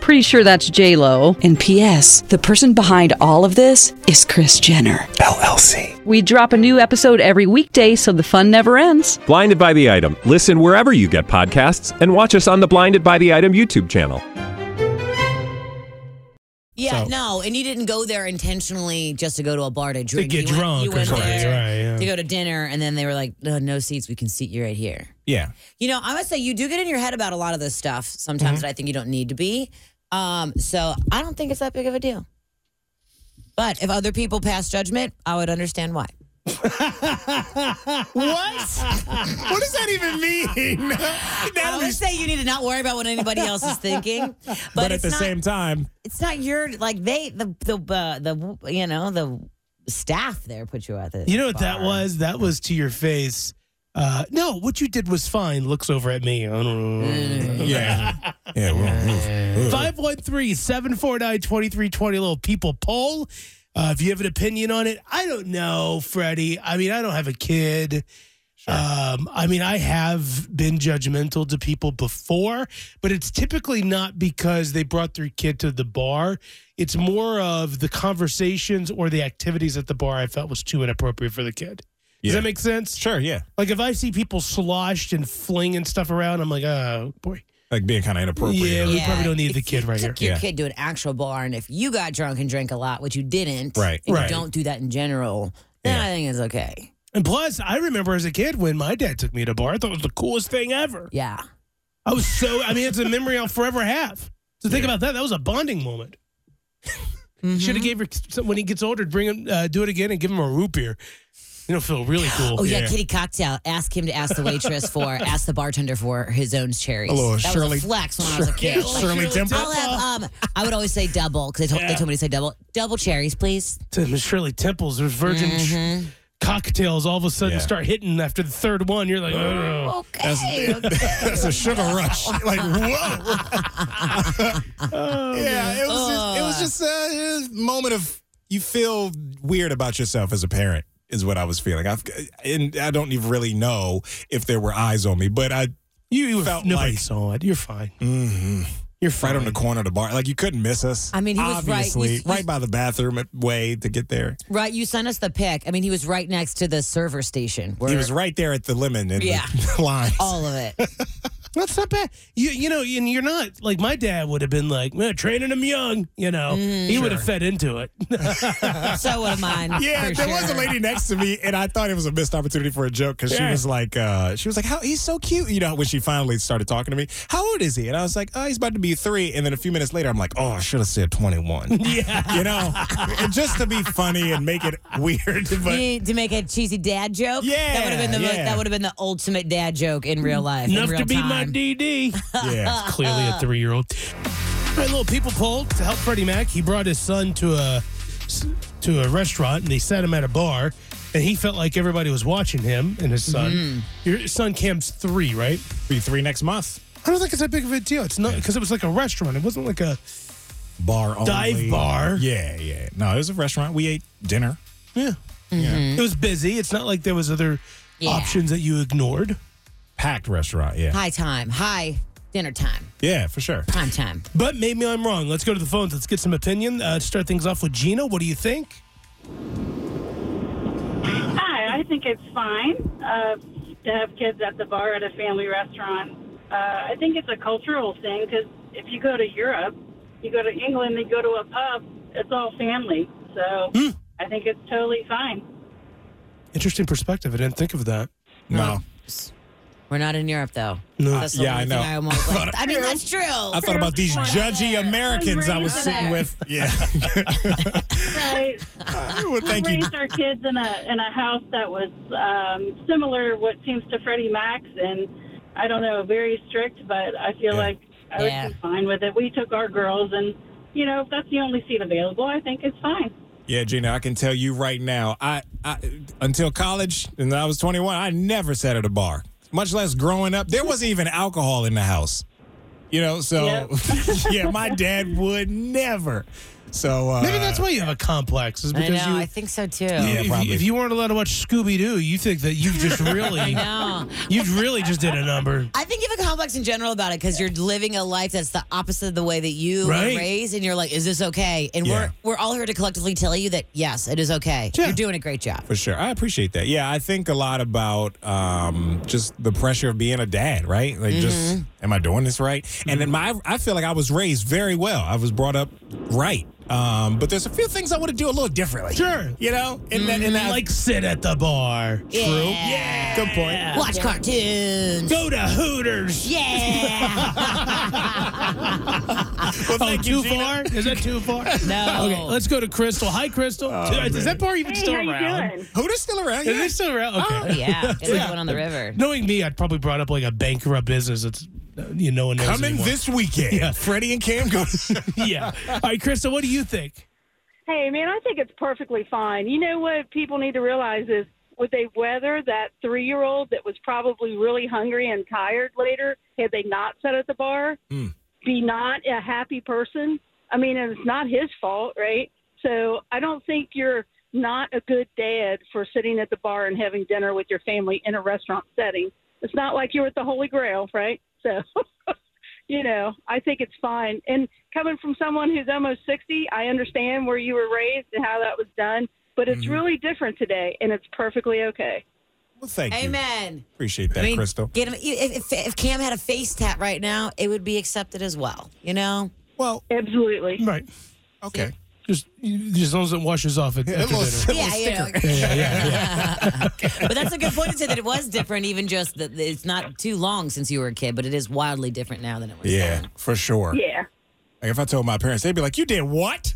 S12: Pretty sure that's J Lo. And P.S. The person behind all of this is Chris Jenner LLC. We drop a new episode every weekday, so the fun never ends.
S13: Blinded by the item. Listen wherever you get podcasts, and watch us on the Blinded by the Item YouTube channel.
S4: Yeah,
S13: So-
S4: no, and you didn't go there intentionally just to go to a bar to drink.
S2: get
S4: you went-
S2: drunk
S4: you
S2: or
S4: went
S2: something,
S4: there
S2: right, yeah.
S4: to go to dinner, and then they were like, no, no seats. We can seat you right here.
S3: yeah
S4: You know, I must say, you do get in your head about a lot of this stuff
S2: Mm-hmm.
S4: sometimes that I think you don't need to be. Um, so I don't think it's that big of a deal. But if other people pass judgment, I would understand why.
S3: what does that even mean?
S4: I would say you need to not worry about what anybody else is thinking. But,
S3: but, at
S4: it's
S3: the
S4: not,
S3: same time
S4: it's not your like they the the uh, the you know the staff there put you at the.
S2: You know what that was? That was to your face. Uh, no, what you did was fine. Looks over at me. I don't know.
S3: yeah yeah well,
S2: 513-749-2320 little people poll uh, if you have an opinion on it i don't know freddie i mean i don't have a kid um, i mean i have been judgmental to people before but it's typically not because they brought their kid to the bar it's more of the conversations or the activities at the bar i felt was too inappropriate for the kid does that make sense?
S3: Sure, yeah.
S2: Like if I see people sloshed and flinging stuff around, I'm like, oh boy.
S3: like being kind of inappropriate
S2: Yeah, we probably don't need the
S4: If
S2: kid
S4: you
S2: right here.
S4: took Your kid to an actual bar, and if you got drunk and drank a lot, which you didn't,
S2: Right.
S4: and
S2: Right.
S4: You don't do that in general. Then I think it's okay.
S2: And plus, I remember as a kid when my dad took me to a bar, I thought it was the coolest thing ever.
S4: Yeah.
S2: I was so, I mean, it's a memory I'll forever have. So think about that. That was a bonding moment.
S4: Mm-hmm.
S2: Should have gave her, when he gets older, bring him, uh, do it again and give him a root beer. You know, feel really cool.
S4: Oh yeah, kitty cocktail. Ask him to ask the waitress for, ask the bartender for his own cherries.
S3: A little
S4: that
S3: Shirley-
S4: was a flex when I was a kid.
S3: Yeah, Shirley Temple.
S4: I'll have, um, I would always say double because they, told- they told me to say double. Double cherries, please.
S2: To Miss Shirley Temples, there's virgin ch-
S4: Mm-hmm.
S2: cocktails all of a sudden
S3: Yeah.
S2: start hitting after the third one. You're like, oh.
S4: Okay.
S3: that's a sugar rush like whoa
S4: Oh,
S3: yeah it was just, it was just a moment of you feel weird about yourself as a parent is what i was feeling i've and i don't even really know if there were eyes on me but i
S2: you,
S3: felt
S2: Nobody
S3: like
S2: saw it. You're fine.
S3: Mm-hmm.
S2: You're
S3: right on the corner of the bar. Like you couldn't miss us.
S4: I mean, he was right.
S3: obviously
S4: You- you-
S3: right by the bathroom way to get there.
S4: Right, you sent us the pic. I mean, he was right next to the server station. Where
S3: He was right there at the lemon and
S4: Yeah.
S3: the line.
S4: all of it.
S2: That's not bad. You you know, and you're not like my dad would have been like "Well, training him young. You know,
S4: Mm,
S2: he would have fed into it.
S4: so would have mine.
S3: Yeah,
S4: for
S3: there was a
S4: sure.
S3: lady next to me, and I thought it was a missed opportunity for a joke because
S2: Yeah.
S3: she was like, uh, she was like, "How he's so cute," you know. When she finally started talking to me, how old is he? And I was like, "Oh, he's about to be three. And then a few minutes later, I'm like, "Oh, I should have said 21." yeah, you know, and just to be funny and make it weird, but
S4: You- to make a cheesy dad joke. that
S3: Yeah,
S4: would have been the most,
S3: yeah.
S4: that would have been the ultimate dad joke in real life. in
S2: Enough
S4: real
S2: to be
S4: time.
S2: my DD.
S3: Yeah.
S2: it's clearly a three year old. My little people poll to help Freddie Mac. He brought his son to a to a restaurant and they sat him at a bar, and he felt like everybody was watching him and his son.
S4: Mm-hmm.
S2: Your son Cam's three, right?
S3: be three next month.
S2: I don't think it's that big of a deal. It's not because it was like a restaurant. It wasn't like a
S3: Bar only.
S2: Dive bar.
S3: Yeah, yeah. No, it was a restaurant. We ate dinner.
S2: yeah. It was busy. It's not like there was other
S4: Mm-hmm. Yeah.
S2: options that you ignored.
S3: Packed restaurant. Yeah.
S4: High time. High dinner time,
S2: Yeah, for sure.
S4: prime time.
S2: But maybe I'm wrong. Let's go to the phones. Let's get some opinion. Uh, to start things off with Gina. What do you think?
S14: Hi, I think it's fine uh, to have kids at the bar at a family restaurant. Uh, I think it's a cultural thing because if you go to Europe, you go to England, you go to a pub, it's all family. So
S2: Hmm.
S14: I think it's totally fine.
S2: Interesting perspective. I didn't think of that. No.
S4: We're not in Europe though.
S2: No.
S4: That's the
S2: Yeah,
S4: only
S2: I
S4: thing
S2: know.
S4: I, almost, like, I mean, that's true.
S3: I thought about these judgy Americans I was
S14: Right
S3: sitting
S14: there.
S3: with. Yeah.
S14: Right.
S3: well, thank
S14: we
S3: you.
S14: raised our kids in a in a house that was um, similar, what seems to Freddie Mac's, and I don't know, very strict. But I feel like I was
S3: Yeah.
S14: fine with it. We took our girls, and you know, if that's the only seat available, I think it's fine.
S3: Yeah, Gina, I can tell you right now. I, I until college and I was 21, I never sat at a bar. Much less growing up, there wasn't even alcohol in the house. You know, so yeah, my dad would never. So uh,
S2: Maybe that's why you have a complex. Is
S4: I
S2: because
S4: know.
S2: you.
S4: I think so too.
S2: Yeah, if, you- if you weren't allowed to watch Scooby Doo, you think that you've just really,
S4: I know.
S2: you've really just did a number.
S4: I think you have a complex in general about it because you're living a life that's the opposite of the way that you
S2: Right.
S4: were raised, and you're like, "Is this okay?" And
S3: Yeah.
S4: we're we're all here to collectively tell you that yes, it is okay. You're doing a great job.
S3: For sure. I appreciate that. Yeah, I think a lot about um, just the pressure of being a dad, right? Like, just,
S2: Mm-hmm.
S4: Mhm.
S3: am I doing this right? And then my, I feel like I was raised very well. I was brought up right. Um, but there's a few things I want to do a little differently. Sure. You know? And that, and that,
S2: Mm-hmm. like sit at the bar.
S3: True. Yeah. Good point.
S4: Watch cartoons.
S2: Go to Hooters. oh, too far? Is that too far?
S4: No.
S2: Okay, let's go to Crystal. Hi, Crystal. Is
S3: Oh, man.
S2: that bar even
S3: Hey,
S2: still
S3: how you
S2: around?
S3: doing? Hooters still around?
S2: Is
S3: Yeah.
S2: it still around? Okay.
S4: Oh, yeah. It's like one on the river.
S2: Knowing me, I'd probably brought up like a bankrupt business. It's you know, no one knows
S3: Coming
S2: anymore.
S3: this weekend.
S2: Yeah.
S3: Freddie and Cam go.
S2: yeah. All right, Crystal, what do you think?
S15: Hey, man, I think it's perfectly fine. You know what people need to realize is would they weather that three year old that was probably really hungry and tired later had they not sat at the bar? Be not a happy person? I mean, and it's not his fault, right? So I don't think you're not a good dad for sitting at the bar and having dinner with your family in a restaurant setting. It's not like you're at the Holy Grail, right? So. you know, I think it's fine. And coming from someone who's almost 60, I understand where you were raised and how that was done, but it's really different today, and it's perfectly okay.
S3: Well, thank you.
S4: Amen.
S3: Appreciate that,
S4: I mean,
S3: Crystal.
S4: Get him. If, if, if Cam had a face tap right now, it would be accepted as well. You know.
S3: Well,
S15: absolutely.
S2: Right.
S3: Okay.
S2: Just, you- just as long as it washes off at, after dinner.
S4: Yeah, you know.
S2: Yeah, yeah, yeah.
S4: but that's a good point to say that it was different, even just that it's not too long since you were a kid, but it is wildly different now than it was.
S3: Yeah, for sure.
S15: Yeah.
S3: Like, if I told my parents, they'd be like, you did what?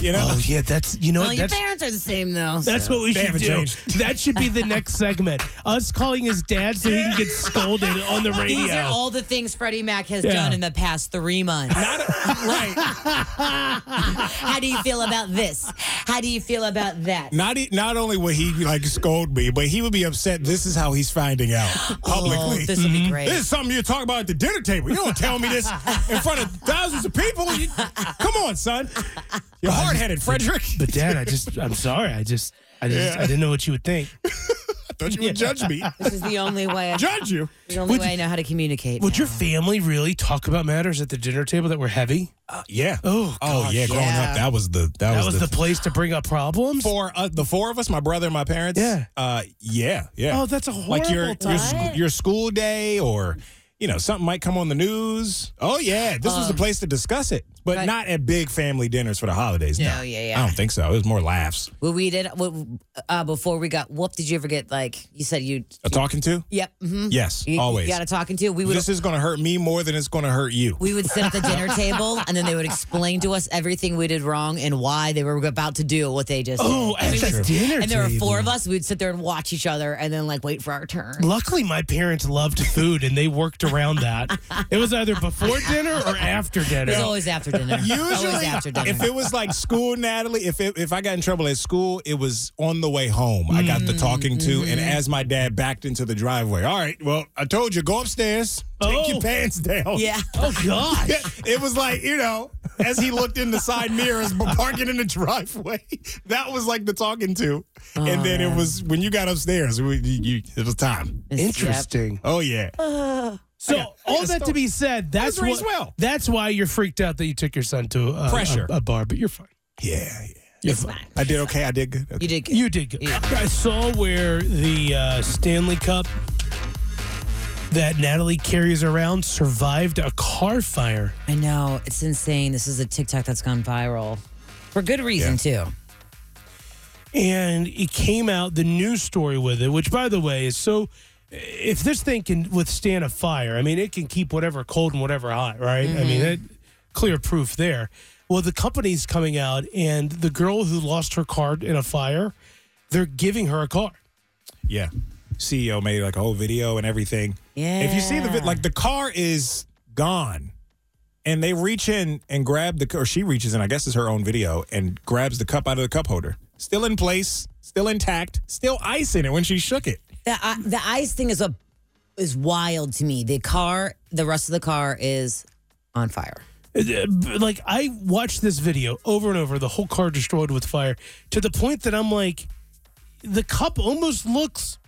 S3: You know?
S2: Oh yeah, that's you know
S4: well,
S2: what,
S4: your
S2: that's
S4: parents are the same though.
S2: That's
S4: so.
S2: what we
S3: They
S2: should
S3: haven't
S2: do.
S3: changed.
S2: That should be the next segment. Us calling his dad so he can get scolded on the radio.
S4: These are all the things Freddie Mac has
S2: Yeah.
S4: done in the past three months. How do you feel about this? How do you feel about that?
S3: Not e- not only would he like scold me, but he would be upset. This is how he's finding out
S2: Oh,
S3: publicly.
S4: this would be
S2: Mm-hmm.
S4: Mhm. great.
S3: This is something you talk about at the dinner table. You don't tell me this in front of thousands of people. You- come on, son. You're hard headed, Frederick.
S2: But Dad, I just I'm sorry. I just I just
S3: Yeah.
S2: I didn't know what you would think.
S3: I thought you would judge me.
S4: This is the only way.
S3: Judge you.
S4: The only
S2: Would-
S4: way I know how to communicate.
S2: Would your family really talk about matters at the dinner table that were heavy?
S3: Yeah.
S2: Oh,
S3: oh
S2: gosh,
S3: yeah. Growing
S2: yeah.
S3: up, that was the that,
S2: That,
S3: was, the,
S2: place to bring up problems.
S3: four uh, the four of us, my brother and my parents. Yeah. Uh, yeah, yeah.
S2: Oh, that's a
S3: like your,
S2: horrible
S3: your
S2: time.
S3: sc- your school day or you know something might come on the news. Oh yeah, this was the place to discuss it, but
S4: Um, right.
S3: not at big family dinners for the holidays. No,
S4: No, yeah, yeah.
S3: I don't think so. It was more laughs.
S4: Well, we did. Well, uh, before we got whooped, did you ever get like you said you?
S3: A talking to?
S4: Yep. mhm.
S3: Yes,
S4: You-
S3: always.
S4: You got a talking to. We would.
S3: this is going to hurt me more than it's going to hurt you.
S4: we would sit at the dinner table, and then they would explain to us everything we did wrong and why they were about to do what they just.
S2: Oh,
S4: did.
S2: at the True. dinner
S4: And there were four
S2: table.
S4: of us. We'd sit there and watch each other, and then like wait for our turn.
S2: Luckily, my parents loved food and they worked around that. it was either before dinner or after dinner.
S4: It was always after dinner. always
S3: Usually,
S4: after dinner.
S3: if it was like school, Natalie, if it, if I got in trouble at school, it was on the way home. I got
S4: Mm-hmm.
S3: the talking to, and as my dad backed into the driveway, all right, well, I told you, go upstairs, take your pants down.
S4: Oh. Yeah.
S2: Oh, God.
S3: Yeah, it was like you know, as he looked in the side mirrors, but parking in the driveway. That was like the talking to. and then
S4: Oh.
S3: it was when you got upstairs, we, you, you- it was time.
S2: Interesting.
S3: Oh, yeah.
S2: So
S3: I got- I
S2: all
S3: got
S2: that to
S3: story.
S2: be said,
S3: I was
S2: that's
S3: raised
S2: what,
S3: well.
S2: That's why you're freaked out that you took your son to uh,
S3: Pressure.
S2: a, a bar, but you're fine.
S3: Yeah, yeah.
S2: You're fine.
S3: I did okay. I did good. Okay.
S4: You did good.
S2: You did good. I saw where the uh, Stanley Cup that Natalie carries around survived a car fire.
S4: I know. It's insane. This is a TikTok that's gone viral for good reason, too.
S2: and it came out the news story with it, which by the way is so. If this thing can withstand a fire, I mean, it can keep whatever cold and whatever hot, right? I mean, that, clear proof there. Well, the company's coming out, and the girl who lost her car in a fire, they're giving her a car.
S3: Yeah. CEO made like a whole video and everything.
S4: Yeah.
S3: If you see the vid- like the car is gone. And they reach in and grab the cu- or she reaches in, I guess it's her own video, and grabs the cup out of the cup holder. Still in place, still intact, still ice in it when she shook it.
S4: The, uh, the ice thing is a is wild to me. The car, the rest of the car is on fire.
S2: Uh, b- Like, I watched this video over and over, the whole car destroyed with fire, to the point that I'm like, the cup almost looks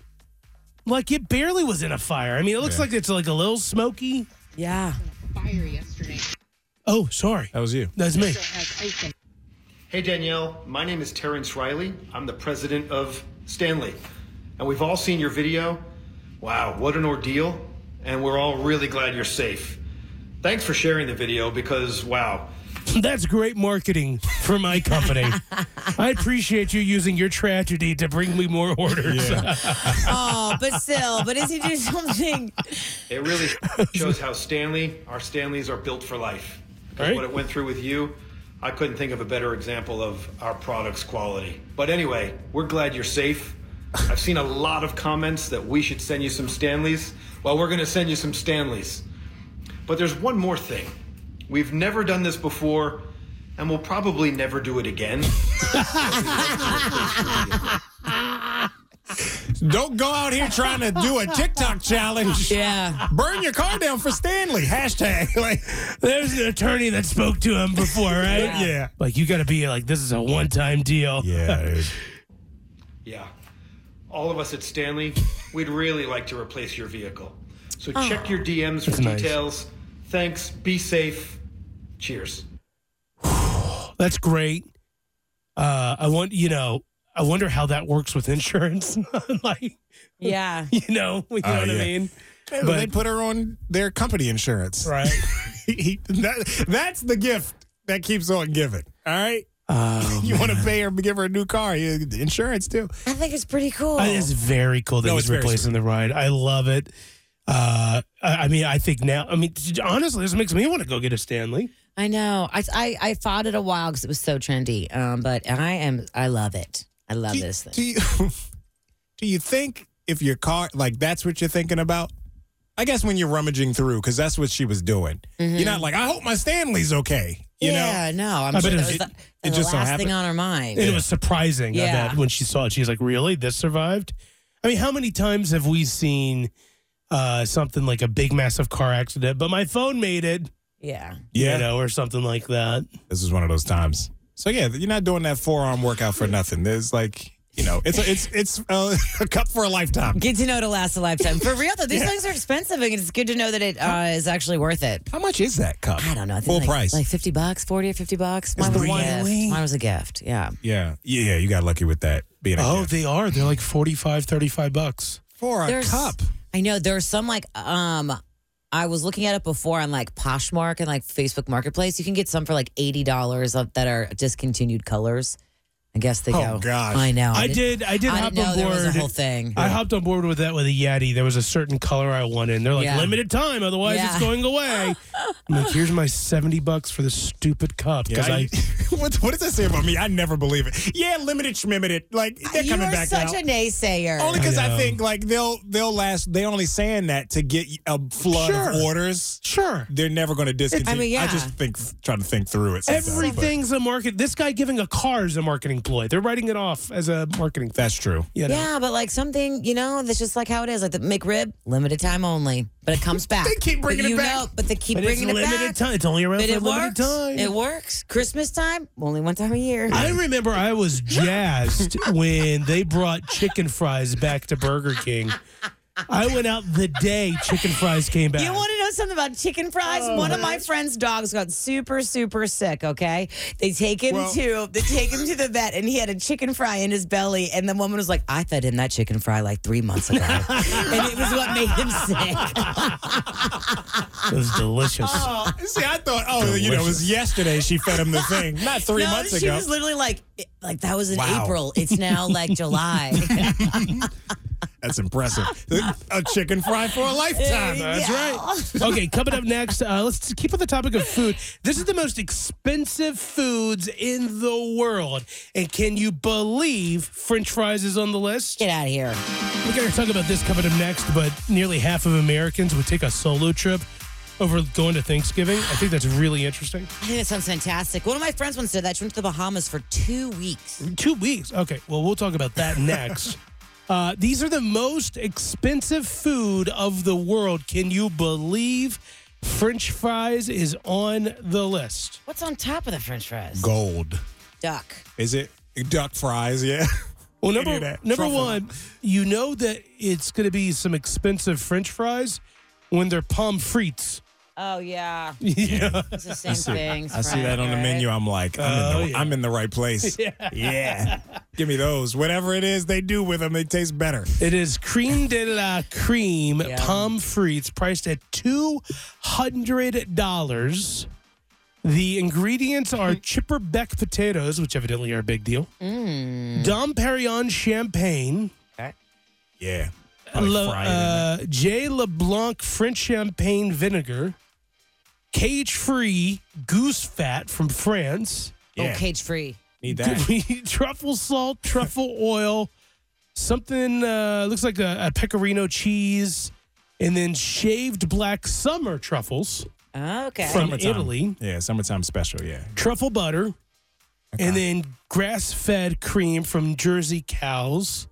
S2: like it barely was in a fire. I mean, it looks like it's like a little smoky.
S4: Yeah.
S16: Fire yesterday.
S2: Oh, sorry.
S3: That was you.
S2: That's me.
S17: Hey, Danielle. My name is Terrence Riley. I'm the president of Stanley. And we've all seen your video. Wow, what an ordeal. And we're all really glad you're safe. Thanks for sharing the video because, wow.
S2: That's great marketing for my company. I appreciate you using your tragedy to bring me more orders.
S4: Oh, but still, but is he doing something?
S17: It really shows how Stanley, our Stanleys are built for life. Because what it went through with you, I couldn't think of a better example of our product's quality. But anyway, we're glad you're safe. I've seen a lot of comments that we should send you some Stanleys. Well, we're going to send you some Stanleys. But there's one more thing. We've never done this before, and we'll probably never do it again.
S3: Don't go out here trying to do a TikTok challenge.
S4: Yeah.
S3: Burn your car down for Stanley. Hashtag. Like,
S2: There's an attorney that spoke to him before, right?
S3: Yeah. Yeah.
S2: Like, you got to be like, this is a one time deal.
S3: Yeah.
S17: Yeah. All of us at Stanley, we'd really like to replace your vehicle. So
S2: Aw.
S17: check your DMs for
S2: That's nice.
S17: details. Thanks. Be safe. Cheers.
S2: That's great. Uh, I want, you know, I wonder how that works with insurance. like,
S4: Yeah.
S2: you know, you know
S3: Oh,
S2: what
S3: yeah.
S2: I mean?
S3: Hey, they put her on their company insurance.
S2: Right.
S3: He- that- that's the gift that keeps on giving. All right.
S2: Oh,
S3: you want to pay her, give her a new car, you- insurance too.
S4: I think it's pretty cool.
S3: Oh.
S2: That is very cool that
S3: No, it's
S2: he's
S3: very
S2: replacing the ride. I love it. Uh, I, I mean, I think now, I mean, honestly, this makes me want to go get a Stanley.
S4: I know. I I, I fought it a while because it was so trendy. Um, but I am. I love it. I love this thing.
S3: Do you, do you think if your car, like that's what you're thinking about? I guess when you're rummaging through, because that's what she was doing. You're not like, I hope my Stanley's okay. You
S4: Mm-hmm. yeah.
S3: know?
S4: No. I'm
S3: I
S4: sure
S3: bet
S4: that
S3: it-
S4: was the,
S3: it-
S4: the
S3: it just so
S4: last thing
S3: happened-
S4: on her mind.
S2: And It was surprising uh,
S4: Yeah.
S2: that when she saw it, she's like, "Really, this survived?" I mean, how many times have we seen uh, something like a big, massive car accident, but my phone made it,
S4: Yeah.
S2: yeah. you know, or something like that?
S3: This is one of those times. So yeah, you're not doing that forearm workout for nothing. There's like, you know, it's a, it's it's a, a cup for a lifetime.
S4: Good to know to last a lifetime. For real though, these
S3: Yeah.
S4: things are expensive, and it's good to know that it uh, is actually worth it.
S3: How much is that cup?
S4: I don't know. I think
S3: Full
S4: like,
S3: price.
S4: like fifty bucks, forty or fifty bucks. Mine was a gift. Mine was a gift. Yeah.
S3: Yeah, yeah, you got lucky with that being a
S2: Oh,
S3: gift.
S2: they are. They're like 45, 35 bucks.
S3: for
S4: There's- I know there's some like um I was looking at it before on like Poshmark and like Facebook Marketplace. You can get some for like eighty dollars of that are discontinued colors. I guess they
S2: Oh,
S4: go.
S2: gosh.
S4: I know.
S2: I
S4: didn't-
S2: did- I did
S4: I
S2: hop
S4: didn't know
S2: on
S4: There was
S2: board.
S4: a whole thing.
S2: I hopped on board with that with a Yeti. There was a certain color I wanted. And they're like,
S4: Yeah.
S2: limited time, otherwise
S4: Yeah.
S2: it's going away. I'm like, here's my 70 bucks for this stupid cup. Because
S3: Yeah,
S2: I,
S3: what, what does that say about me? I never believe it. Yeah, limited, schmimited. Like they're
S4: You're
S3: coming back
S4: such
S3: now.
S4: a naysayer.
S3: only because
S2: I
S3: I,
S2: know.
S3: think like they'll they'll last. They only saying that to get a flood of
S2: Sure.
S3: orders.
S2: sure.
S3: They're never going to discontinue.
S4: mean, yeah.
S3: just think trying to think through it. sometimes, but-
S2: Everything's a market. This guy giving a car is a marketing marketing ploy. They're writing it off as a marketing.
S3: That's true.
S2: You know?
S4: Yeah, but like something, you know, that's just like how it is. Like the McRib, limited time only, but it comes back.
S2: They keep bringing
S4: but
S2: it
S4: you
S2: back.
S4: Know, but they keep
S2: But it's
S4: bringing it
S2: limited
S4: back.
S2: time. It's only around
S4: But
S2: for a
S4: it
S2: limited
S4: works.
S2: time.
S4: It works. Christmas time, only one time a year.
S2: I remember I was jazzed when they brought chicken fries back to Burger King. I went out the day chicken fries came back.
S4: You want to know something about chicken fries?
S3: Oh,
S4: One of my friend's dogs got super, super sick. Okay, they take him
S18: Well-
S4: to they take him to the vet, and he had a chicken fry in his belly. And the woman was like, "I fed him that chicken fry like three months ago, and it was what made him sick."
S2: It was delicious.
S3: Oh, see, I thought, oh, you know, it was yesterday she fed him the thing, not three
S4: no,
S3: months
S4: she
S3: ago.
S4: was literally like, "It- "Like that was in
S3: Wow.
S4: April. It's now like July."
S3: That's impressive. a chicken fry for a lifetime.
S2: That's right. Okay, coming up next, uh, let's keep on the topic of food. This is the most expensive foods in the world. And can you believe French fries is on the list? Get
S4: out of here.
S2: We're going to talk about this coming up next, but nearly half of Americans would take a solo trip over going to Thanksgiving. I think that's really interesting.
S4: I think that sounds fantastic. One of my friends once did that. She went to the Bahamas for two weeks.
S2: Two weeks. Okay, well, we'll talk about that next. Uh, these are the most expensive food of the world. Can you believe French fries is on the list?
S4: What's on top of the French fries?
S3: Gold.
S4: Duck.
S3: Is it duck fries? Yeah.
S2: Well,
S3: Any of
S2: number
S3: that
S2: number
S3: truffle.
S2: one, you know that it's going to be some expensive French fries when they're palm frites.
S4: Oh yeah.
S2: Yeah.
S4: It's the same
S3: I see,
S4: thing.
S3: I see that on the
S4: right?
S3: menu. I'm like, I'm,
S2: Oh,
S3: in, the, I'm in the right place.
S2: Yeah.
S3: yeah. Give me those. Whatever it is they do with them, it tastes better.
S2: It is cream de la cream palm frites priced at two hundred dollars. The ingredients are
S4: Mm.
S2: chipperbeck potatoes, which evidently are a big deal. Dom Perignon champagne.
S3: Yeah.
S2: Le, uh, J. LeBlanc French champagne vinegar, cage free goose fat from France.
S4: Oh, cage free.
S3: Need
S2: truffle salt, truffle oil, something uh, looks like a, a pecorino cheese, and then shaved black summer truffles
S4: Okay.
S2: from Italy,
S3: Yeah, summertime special. Yeah.
S2: truffle butter, and then grass fed cream from Jersey cows,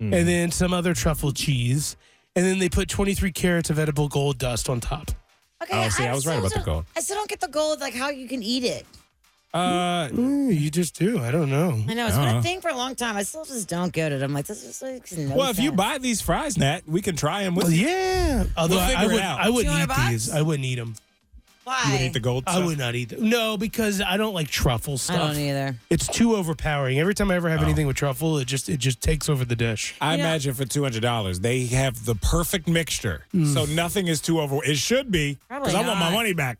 S3: Hmm.
S2: and then some other truffle cheese. And then they put 23 carats of edible gold dust on top.
S4: Okay.
S3: Oh, see, I was right
S4: still
S3: about the
S4: don't-
S3: gold.
S4: I still don't get the gold. Like how you can eat it.
S3: Uh,
S2: you just do. I don't know.
S4: I know it's
S3: Uh-huh.
S4: been a thing for a long time. I still just don't get it. I'm like, this is like no
S3: Well, if you
S4: sense.
S3: buy these fries, Nat, we can try them with
S2: Well,
S3: you.
S2: yeah. Although
S3: We'll
S2: I, I
S3: figure it
S2: would,
S3: out.
S2: I wouldn't eat
S4: 200
S2: these.
S4: bucks?
S2: I wouldn't eat them.
S4: why?
S3: You would eat the gold
S2: I
S3: stuff?
S2: would not eat them. No, because I don't like truffle
S4: I
S2: stuff.
S4: don't either.
S2: It's too overpowering. Every time I ever have anything with truffle, it just it just takes over the dish.
S3: I
S4: You know-
S3: imagine for two hundred dollars, they have the perfect mixture,
S2: Mm.
S3: so nothing is too over. It should be because
S4: Probably
S3: I want my
S4: not. Ah.
S3: money back.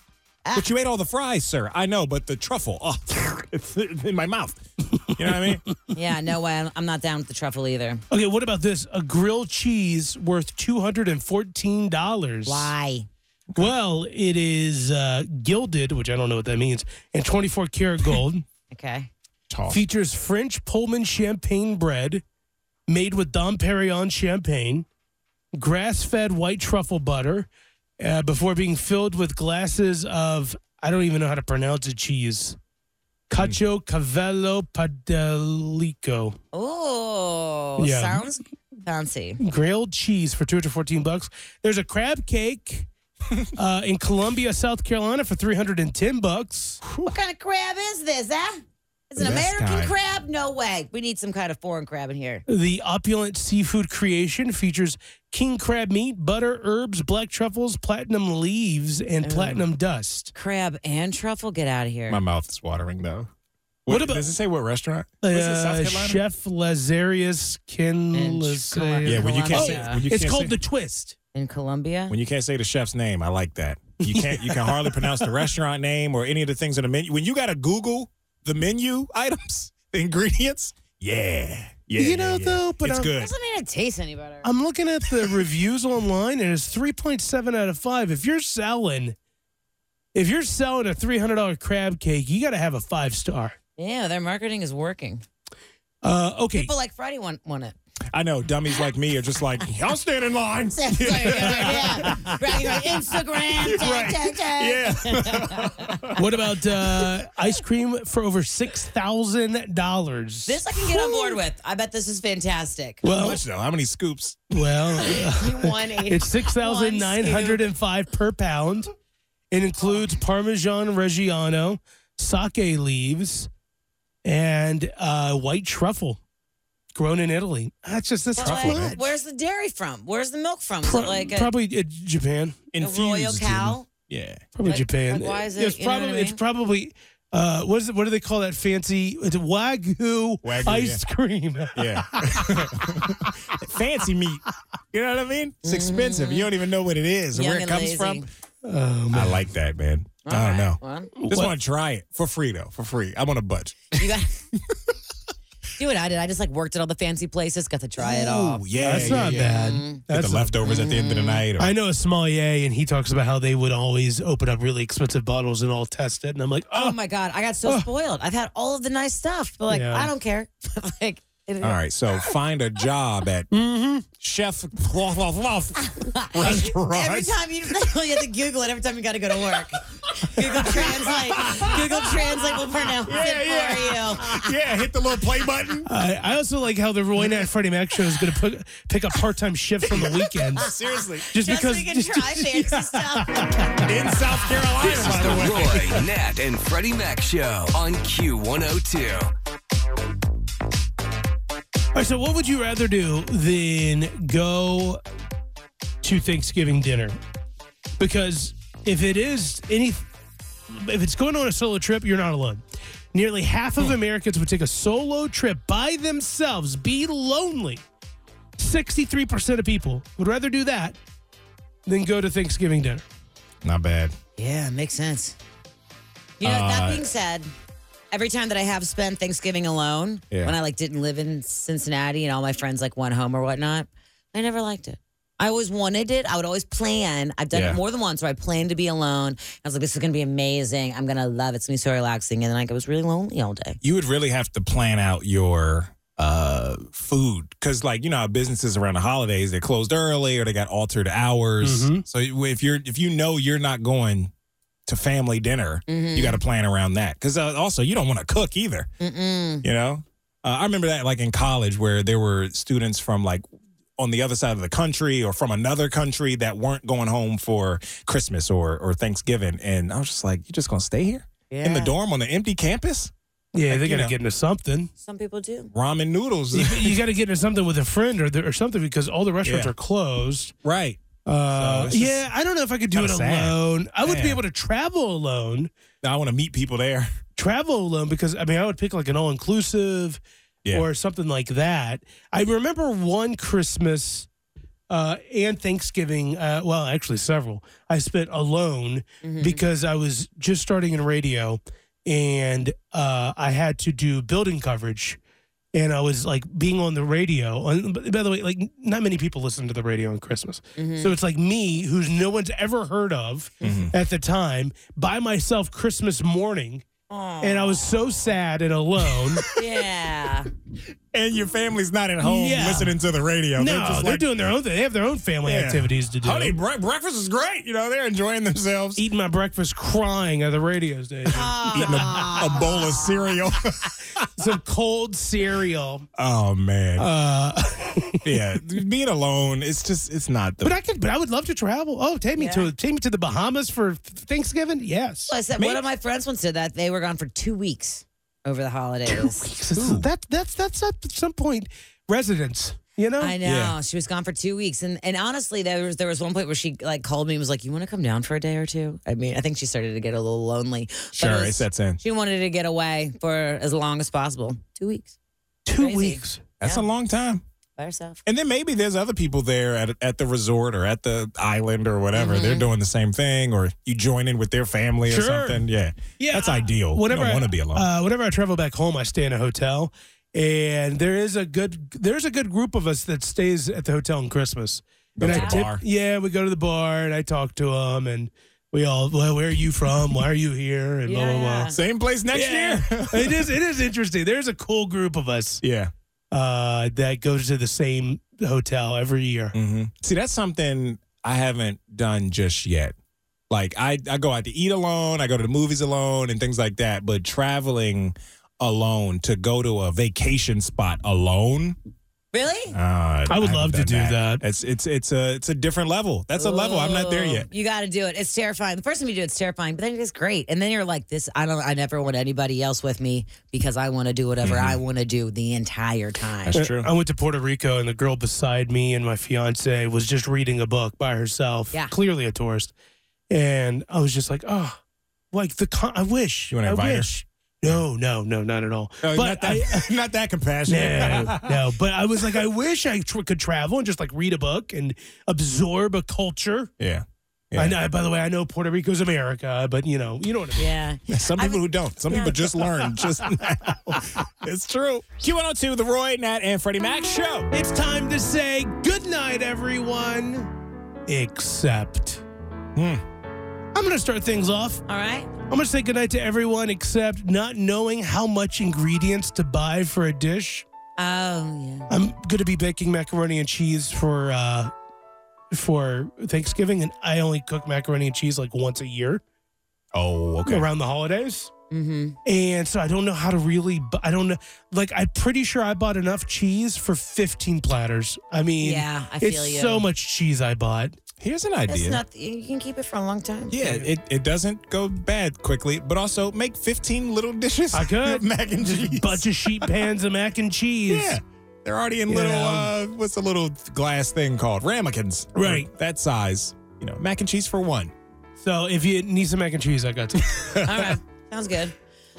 S3: But you ate all the fries, sir. I know, but the truffle, oh, it's in my mouth. You know what I mean?
S4: Yeah, no way. I'm- I'm not down with the truffle either.
S2: Okay, what about this? A grilled cheese worth two hundred and fourteen dollars.
S4: Why?
S2: Well, it is uh, gilded, which I don't know what that means, and twenty four karat gold.
S4: Okay.
S3: Tough.
S2: Features French Pullman champagne bread made with Dom Perignon champagne, grass fed white truffle butter, uh, before being filled with glasses of, I don't even know how to pronounce it, cheese. Cacio Cavello Padelico.
S4: Oh,
S2: Yeah.
S4: sounds fancy.
S2: Grilled cheese for 214 bucks. There's a crab cake uh, in Columbia, South Carolina for 310 bucks.
S4: What kind of crab is this, huh? It's an
S2: This
S4: American
S2: guy.
S4: crab? No way. We need some kind of foreign crab in here.
S2: The opulent seafood creation features king crab meat, butter, herbs, black truffles, platinum leaves, and platinum dust.
S4: Crab and truffle? Get out of here.
S3: My mouth is watering though.
S2: What
S3: What,
S2: about-
S3: does it say? What restaurant? Was it South
S2: Uh,
S3: Carolina?
S2: Chef Lazarius Kinlisea.
S3: Yeah, when you can't say-
S4: Colombia.
S3: when you
S2: it's
S3: can't
S2: called
S3: say-
S2: the twist.
S4: In Colombia?
S3: When you can't say the chef's name, I like that. You can't. You can hardly pronounce the restaurant name or any of the things on the menu. When you gotta Google the menu items, the ingredients. Yeah, yeah.
S2: You know,
S3: yeah, yeah.
S2: though, but
S3: it's
S2: I'm-
S3: good.
S4: Doesn't mean it tastes any better.
S2: I'm looking at the reviews online, and it's 3.7 out of five. If you're selling, if you're selling a $300 crab cake, you got to have a five star.
S4: Yeah, their marketing is working.
S3: Uh, okay.
S4: People like Friday want, want it.
S3: I know dummies like me are just like, I'll stand in line.
S4: Right, right, Instagram. tag, tag, tag.
S2: what about uh, ice cream for over six thousand dollars?
S4: This I can get on board with. I bet this is fantastic.
S3: how much though? How many scoops?
S2: Well,
S4: want a-
S2: it's six thousand nine hundred and five per pound. It includes Parmesan Reggiano, sake leaves, and uh, white truffle, grown in Italy. That's just this
S4: But, like, where's the dairy from? Where's the milk from? Is it like a,
S2: probably uh, Japan.
S4: a royal cow?
S3: Yeah,
S2: probably
S4: Like-
S2: Japan.
S4: like, why is it-
S2: It's
S4: you know what I
S2: probably it's
S4: mean?
S2: probably uh, what is it, what do they call that fancy? It's wagyu,
S3: Wagyu,
S2: ice
S3: yeah.
S2: cream.
S3: Yeah. Fancy meat. You know what I mean? It's expensive. You don't even know what it is or
S4: Mm. Young
S3: where it
S4: and
S3: comes
S4: lazy.
S3: from. I like that, man. I don't know. Just want to try it for free though, for free. I'm on a budget.
S4: Do what I did. I just like worked at all the fancy places, got to try it all.
S3: Oh yeah,
S2: That's
S3: yeah,
S2: not
S3: yeah.
S2: bad.
S3: Get
S2: That's
S3: the leftovers at the end of the night. Or,
S2: I know a sommelier, and he talks about how they would always open up really expensive bottles and all test it. And I'm like,
S4: Oh my god, I got so spoiled. I've had all of the nice stuff, but like
S3: Yeah.
S4: I don't care. like it,
S3: all right, so find a job at
S4: Mm-hmm.
S3: Chef Blah, blah, blah. Restaurant.
S4: Every time you, you have to Google it. Every time you got to go to work, Google Translate. Google Translate will pronounce it for you.
S3: Yeah, hit the little play button.
S2: I, I also like how the Roy Nat Freddie Mac show is going to put pick up part time shifts on the weekends.
S3: Seriously.
S2: Just because-
S4: we can
S2: just-
S4: try fancy stuff.
S3: In South Carolina,
S1: This is the Roy, Nat, and Freddie Mac Show on Q102.
S2: All right, so what would you rather do than go to Thanksgiving dinner? Because if it is any, if it's going on a solo trip, you're not alone. Nearly half
S3: Hmm.
S2: of Americans would take a solo trip by themselves, be lonely. 63% of people would rather do that than go to Thanksgiving dinner.
S3: Not bad.
S4: Yeah, makes sense. You know,
S3: Uh,
S4: that being said, every time that I have spent Thanksgiving alone,
S3: Yeah.
S4: when I like didn't live in Cincinnati and all my friends like went home or whatnot, I never liked it. I always wanted it. I would always plan. I've done
S16: Yeah.
S4: it more than once where I planned to be alone. I was like, this is going to be amazing. I'm going to love it. It's going to be so relaxing. And then like, I was really lonely all day.
S3: you would really have to plan out your uh food because like you know how businesses around the holidays they're closed early or they got altered hours
S2: Mhm.
S3: so if you're if you know you're not going to family dinner
S4: Mhm.
S3: you got to plan around that because uh, also you don't want to cook either
S4: Mm-mm.
S3: you know uh, i remember that like in college where there were students from like on the other side of the country or from another country that weren't going home for christmas or or thanksgiving and i was just like you're just gonna stay here in the
S4: Yeah.
S3: dorm on the empty campus
S2: Yeah,
S3: Like,
S2: they
S3: you
S2: got to
S3: know.
S2: get into something.
S4: Some people do.
S3: ramen noodles
S2: You, you got to get into something with a friend or, the, or something because all the restaurants
S3: Yeah.
S2: are closed.
S3: right
S2: Uh,
S3: So it's just
S2: yeah, I don't know if I could do it
S3: kinda sad.
S2: alone. I wouldn't be
S3: Yeah.
S2: able to travel alone.
S3: I want to meet people there.
S2: Travel alone because I mean I would pick like an all inclusive
S3: Yeah.
S2: or something like that. I remember one Christmas uh, and Thanksgiving. Uh, well, actually several. I spent alone because I was just starting in radio and uh, I had to do building coverage. And I was like being on the radio. And by the way, like not many people listen to the radio on Christmas.
S4: Mhm.
S2: So it's like me, who's no one's ever heard of
S3: Mm-hmm.
S2: at the time, by myself Christmas morning. And I was so sad and alone.
S4: Yeah.
S3: And your family's not at home
S2: Yeah.
S3: listening to the radio.
S2: no, they're,
S3: like-
S2: doing their own thing. They have their own family
S3: Yeah.
S2: activities to do.
S3: Honey, bre- breakfast is great. You know, they're enjoying themselves.
S2: Eating my breakfast, crying at the radio station.
S3: Eating a, a bowl of cereal.
S2: Some cold cereal.
S3: oh man.
S2: Uh,
S3: yeah, being alone, it's just it's not the.
S2: But I could. But I would love to travel. Oh, take me to take me to the Bahamas for Thanksgiving. Yes.
S4: Well, I said,
S2: Me-
S4: one of my friends once did that. They were gone for two weeks over the holidays. Two weeks.
S2: that that's that's at some point residence. You know.
S4: I know she was gone for two weeks, and and honestly, there was there was one point where she like called me and was like, "You want to come down for a day or two? I mean, I think she started to get a little lonely. but
S3: Sure,
S4: was-
S3: it sets in.
S4: She wanted to get away for as long as possible. Two weeks.
S2: Two weeks.
S3: That's a long time.
S4: by herself.
S3: And then maybe there's other people there at at the resort or at the island or whatever. They're doing the same thing, or you join in with their family
S2: Mm-hmm. Sure.
S3: or something. Yeah,
S2: Yeah,
S3: that's
S2: uh,
S3: ideal.
S2: Whenever
S3: you
S2: I
S3: don't want to be alone.
S2: Uh, whenever I travel back home, I stay in a hotel, and there is a good there's a good group of us that stays at the hotel on Christmas.
S3: Go
S2: and
S3: to
S2: I
S3: the
S2: tip-
S3: bar.
S2: yeah, we go to the bar and I talk to them, and we all, well, where are you from? Why are you here? And blah, blah, blah.
S3: Yeah. Same place next year.
S2: it is, it is interesting. There's a cool group of us.
S3: Yeah.
S2: Uh, that goes to the same hotel every year.
S3: Mm-hmm. See, that's something I haven't done just yet. Like I, I go out to eat alone, I go to the movies alone, and things like that. But traveling alone to go to a vacation spot alone,
S4: Really?
S3: uh,
S2: I would
S3: haven't
S2: love to
S3: done
S2: do
S3: It's it's it's a it's a different level. That's a level. I'm not there yet.
S4: You got to do it. It's terrifying. The first time you do it, it's terrifying, but then it is great. And then you're like, this, I don't, I never want anybody else with me because I want to do whatever I
S3: Mm-hmm.
S4: want to do the entire time.
S2: Uh, I went to Puerto Rico, and the girl beside me and my fiance was just reading a book by herself.
S4: Yeah.
S2: clearly a tourist. And I was just like, oh, like the con- I wish you
S3: wanna invite
S2: I
S3: her?
S2: wish. No, no, no, not at all.
S3: No,
S2: but
S3: not that, not that compassionate.
S2: no, no. But I was like, I wish I tr- could travel and just like read a book and absorb a culture.
S3: yeah.
S2: I know. By the way, I know Puerto Rico's America, but you know, you know what I mean.
S4: Yeah.
S3: Some people who don't. Some people just learn just now. it's true. Q102, the Roy, Nat, and Freddie Mac show.
S2: It's time to say good night, everyone. Except. I'm going to start things off.
S4: All right.
S2: I'm going to say goodnight to everyone except not knowing how much ingredients to buy for a dish.
S4: Oh, yeah.
S2: I'm going to be baking macaroni and cheese for uh for Thanksgiving and I only cook macaroni and cheese like once a year
S3: Oh,
S2: around the holidays.
S4: Mm-hmm.
S2: And so I don't know how to really bu- I don't know like I'm pretty sure I bought enough cheese for 15 platters. I mean,
S4: Yeah, I
S2: it's
S4: feel you.
S2: so much cheese I bought.
S3: Here's an
S4: It's
S3: idea.
S4: not, you can keep it for a long time.
S3: yeah, it, it doesn't go bad quickly, but also make 15 little dishes.
S2: I could.
S3: of mac and cheese.
S2: Bunch of sheet pans of mac and cheese.
S3: Yeah. They're already in
S2: You
S3: little,
S2: know.
S3: uh, what's the little glass thing called? Ramekins.
S2: Right.
S3: That size. You know, mac and cheese for one.
S2: So if you need some mac and cheese, I got some.
S4: All right. Sounds good.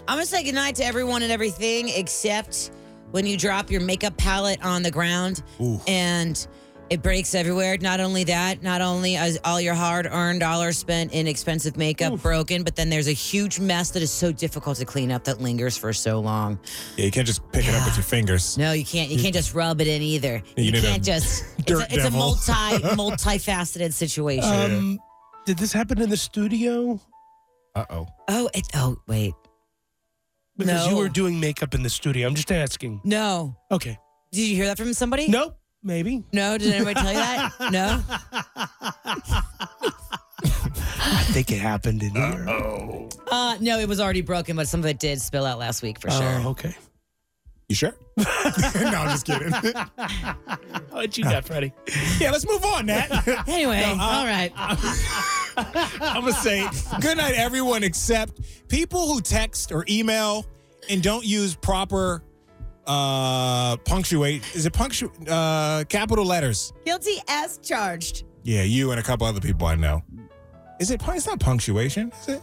S4: I'm going to say goodnight to everyone and everything except when you drop your makeup palette on the ground and it breaks everywhere. Not only that, not only is all your hard earned dollars spent in expensive makeup broken, but then there's a huge mess that is so difficult to clean up that lingers for so long.
S3: Yeah, you can't just pick it up with your fingers.
S4: No, you can't. You can't just rub it in either.
S3: You
S4: You,
S3: need a
S4: can't just.
S3: dirt
S4: it's a, it's a
S3: devil.
S4: multi multifaceted situation.
S2: Um, did this happen in the studio?
S3: Uh oh.
S4: oh, it, oh, wait.
S2: Because you
S4: No.
S2: were doing makeup in the studio. I'm just asking.
S4: No.
S2: Okay.
S4: Did you hear that from somebody?
S2: Nope. Maybe.
S4: No, did anybody tell you that? No.
S2: I think it happened in here.
S17: Oh.
S4: Uh, no, it was already broken, but some of it did spill out last week for
S2: Oh,
S4: sure.
S2: okay.
S3: You sure? no, I'm just kidding.
S2: What you
S3: Ah.
S2: got, Freddie?
S3: yeah, let's move on, Nat.
S4: Anyway,
S3: No, uh,
S4: all right.
S3: I'm gonna say good night, everyone, except people who text or email and don't use proper uh punctuate. Is it punctuate? Uh, capital letters.
S4: Guilty as charged.
S3: Yeah, you and a couple other people I know. Is it? pun- It's not punctuation. Is it?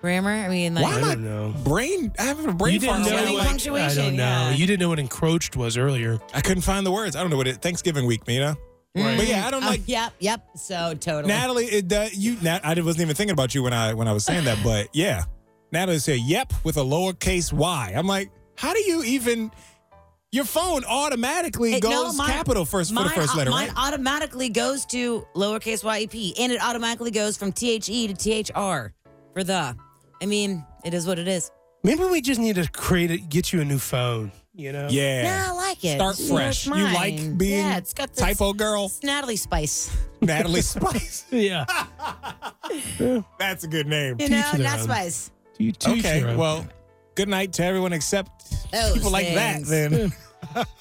S4: Grammar? I mean, like,
S3: Why am I
S2: don't know.
S3: brain? I have a brain
S2: You didn't
S3: fart.
S2: know
S4: Punctuation,
S2: what, I
S4: punctuation,
S2: don't know.
S4: yeah.
S2: You didn't know what encroached was earlier.
S3: I couldn't find the words. I don't know what it. Thanksgiving week, Mina. But yeah, I don't
S4: oh,
S3: like
S4: Yep, yep. So totally.
S3: Natalie, it, uh, you. Nat, I wasn't even thinking about you when I when I was saying that, but yeah, Natalie said "yep" with a lowercase y. I'm like, how do you even? Your phone automatically
S4: It-
S3: goes
S4: no, mine-
S3: capital first for the
S4: mine-
S3: first
S4: uh,
S3: letter,
S4: Mine
S3: right?
S4: automatically goes to lowercase yep, and it automatically goes from the to thr for the. I mean, it is what it is.
S2: Maybe we just need to create it, get you a new phone. You know.
S3: yeah.
S4: Yeah, I like it.
S3: Start
S4: You know, it's
S3: fresh. You
S4: mine.
S3: like being
S4: yeah, it's got this
S3: typo girl,
S4: It's Natalie Spice.
S3: Natalie Spice.
S2: Yeah.
S3: That's a good name.
S4: You
S2: Teach
S4: know,
S2: their
S4: Nat
S2: own.
S4: Spice.
S2: You teach your
S3: Okay,
S2: own.
S3: well, good night to everyone except
S4: Those
S3: people like that.
S4: things.
S3: Then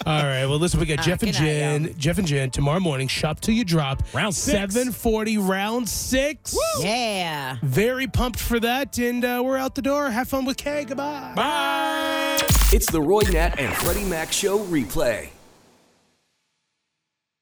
S2: All right. Well, listen, we got
S4: Ah,
S2: Jeff and
S4: good night,
S2: Jen. Jeff and Jen tomorrow morning. Shop till you drop.
S3: Round six.
S2: Seven forty. Round six.
S4: Yeah.
S2: Very pumped for that, and uh, we're out the door. Have fun with Kay. Goodbye.
S3: bye.
S1: It's the Roy Nat and Freddie Mac Show replay.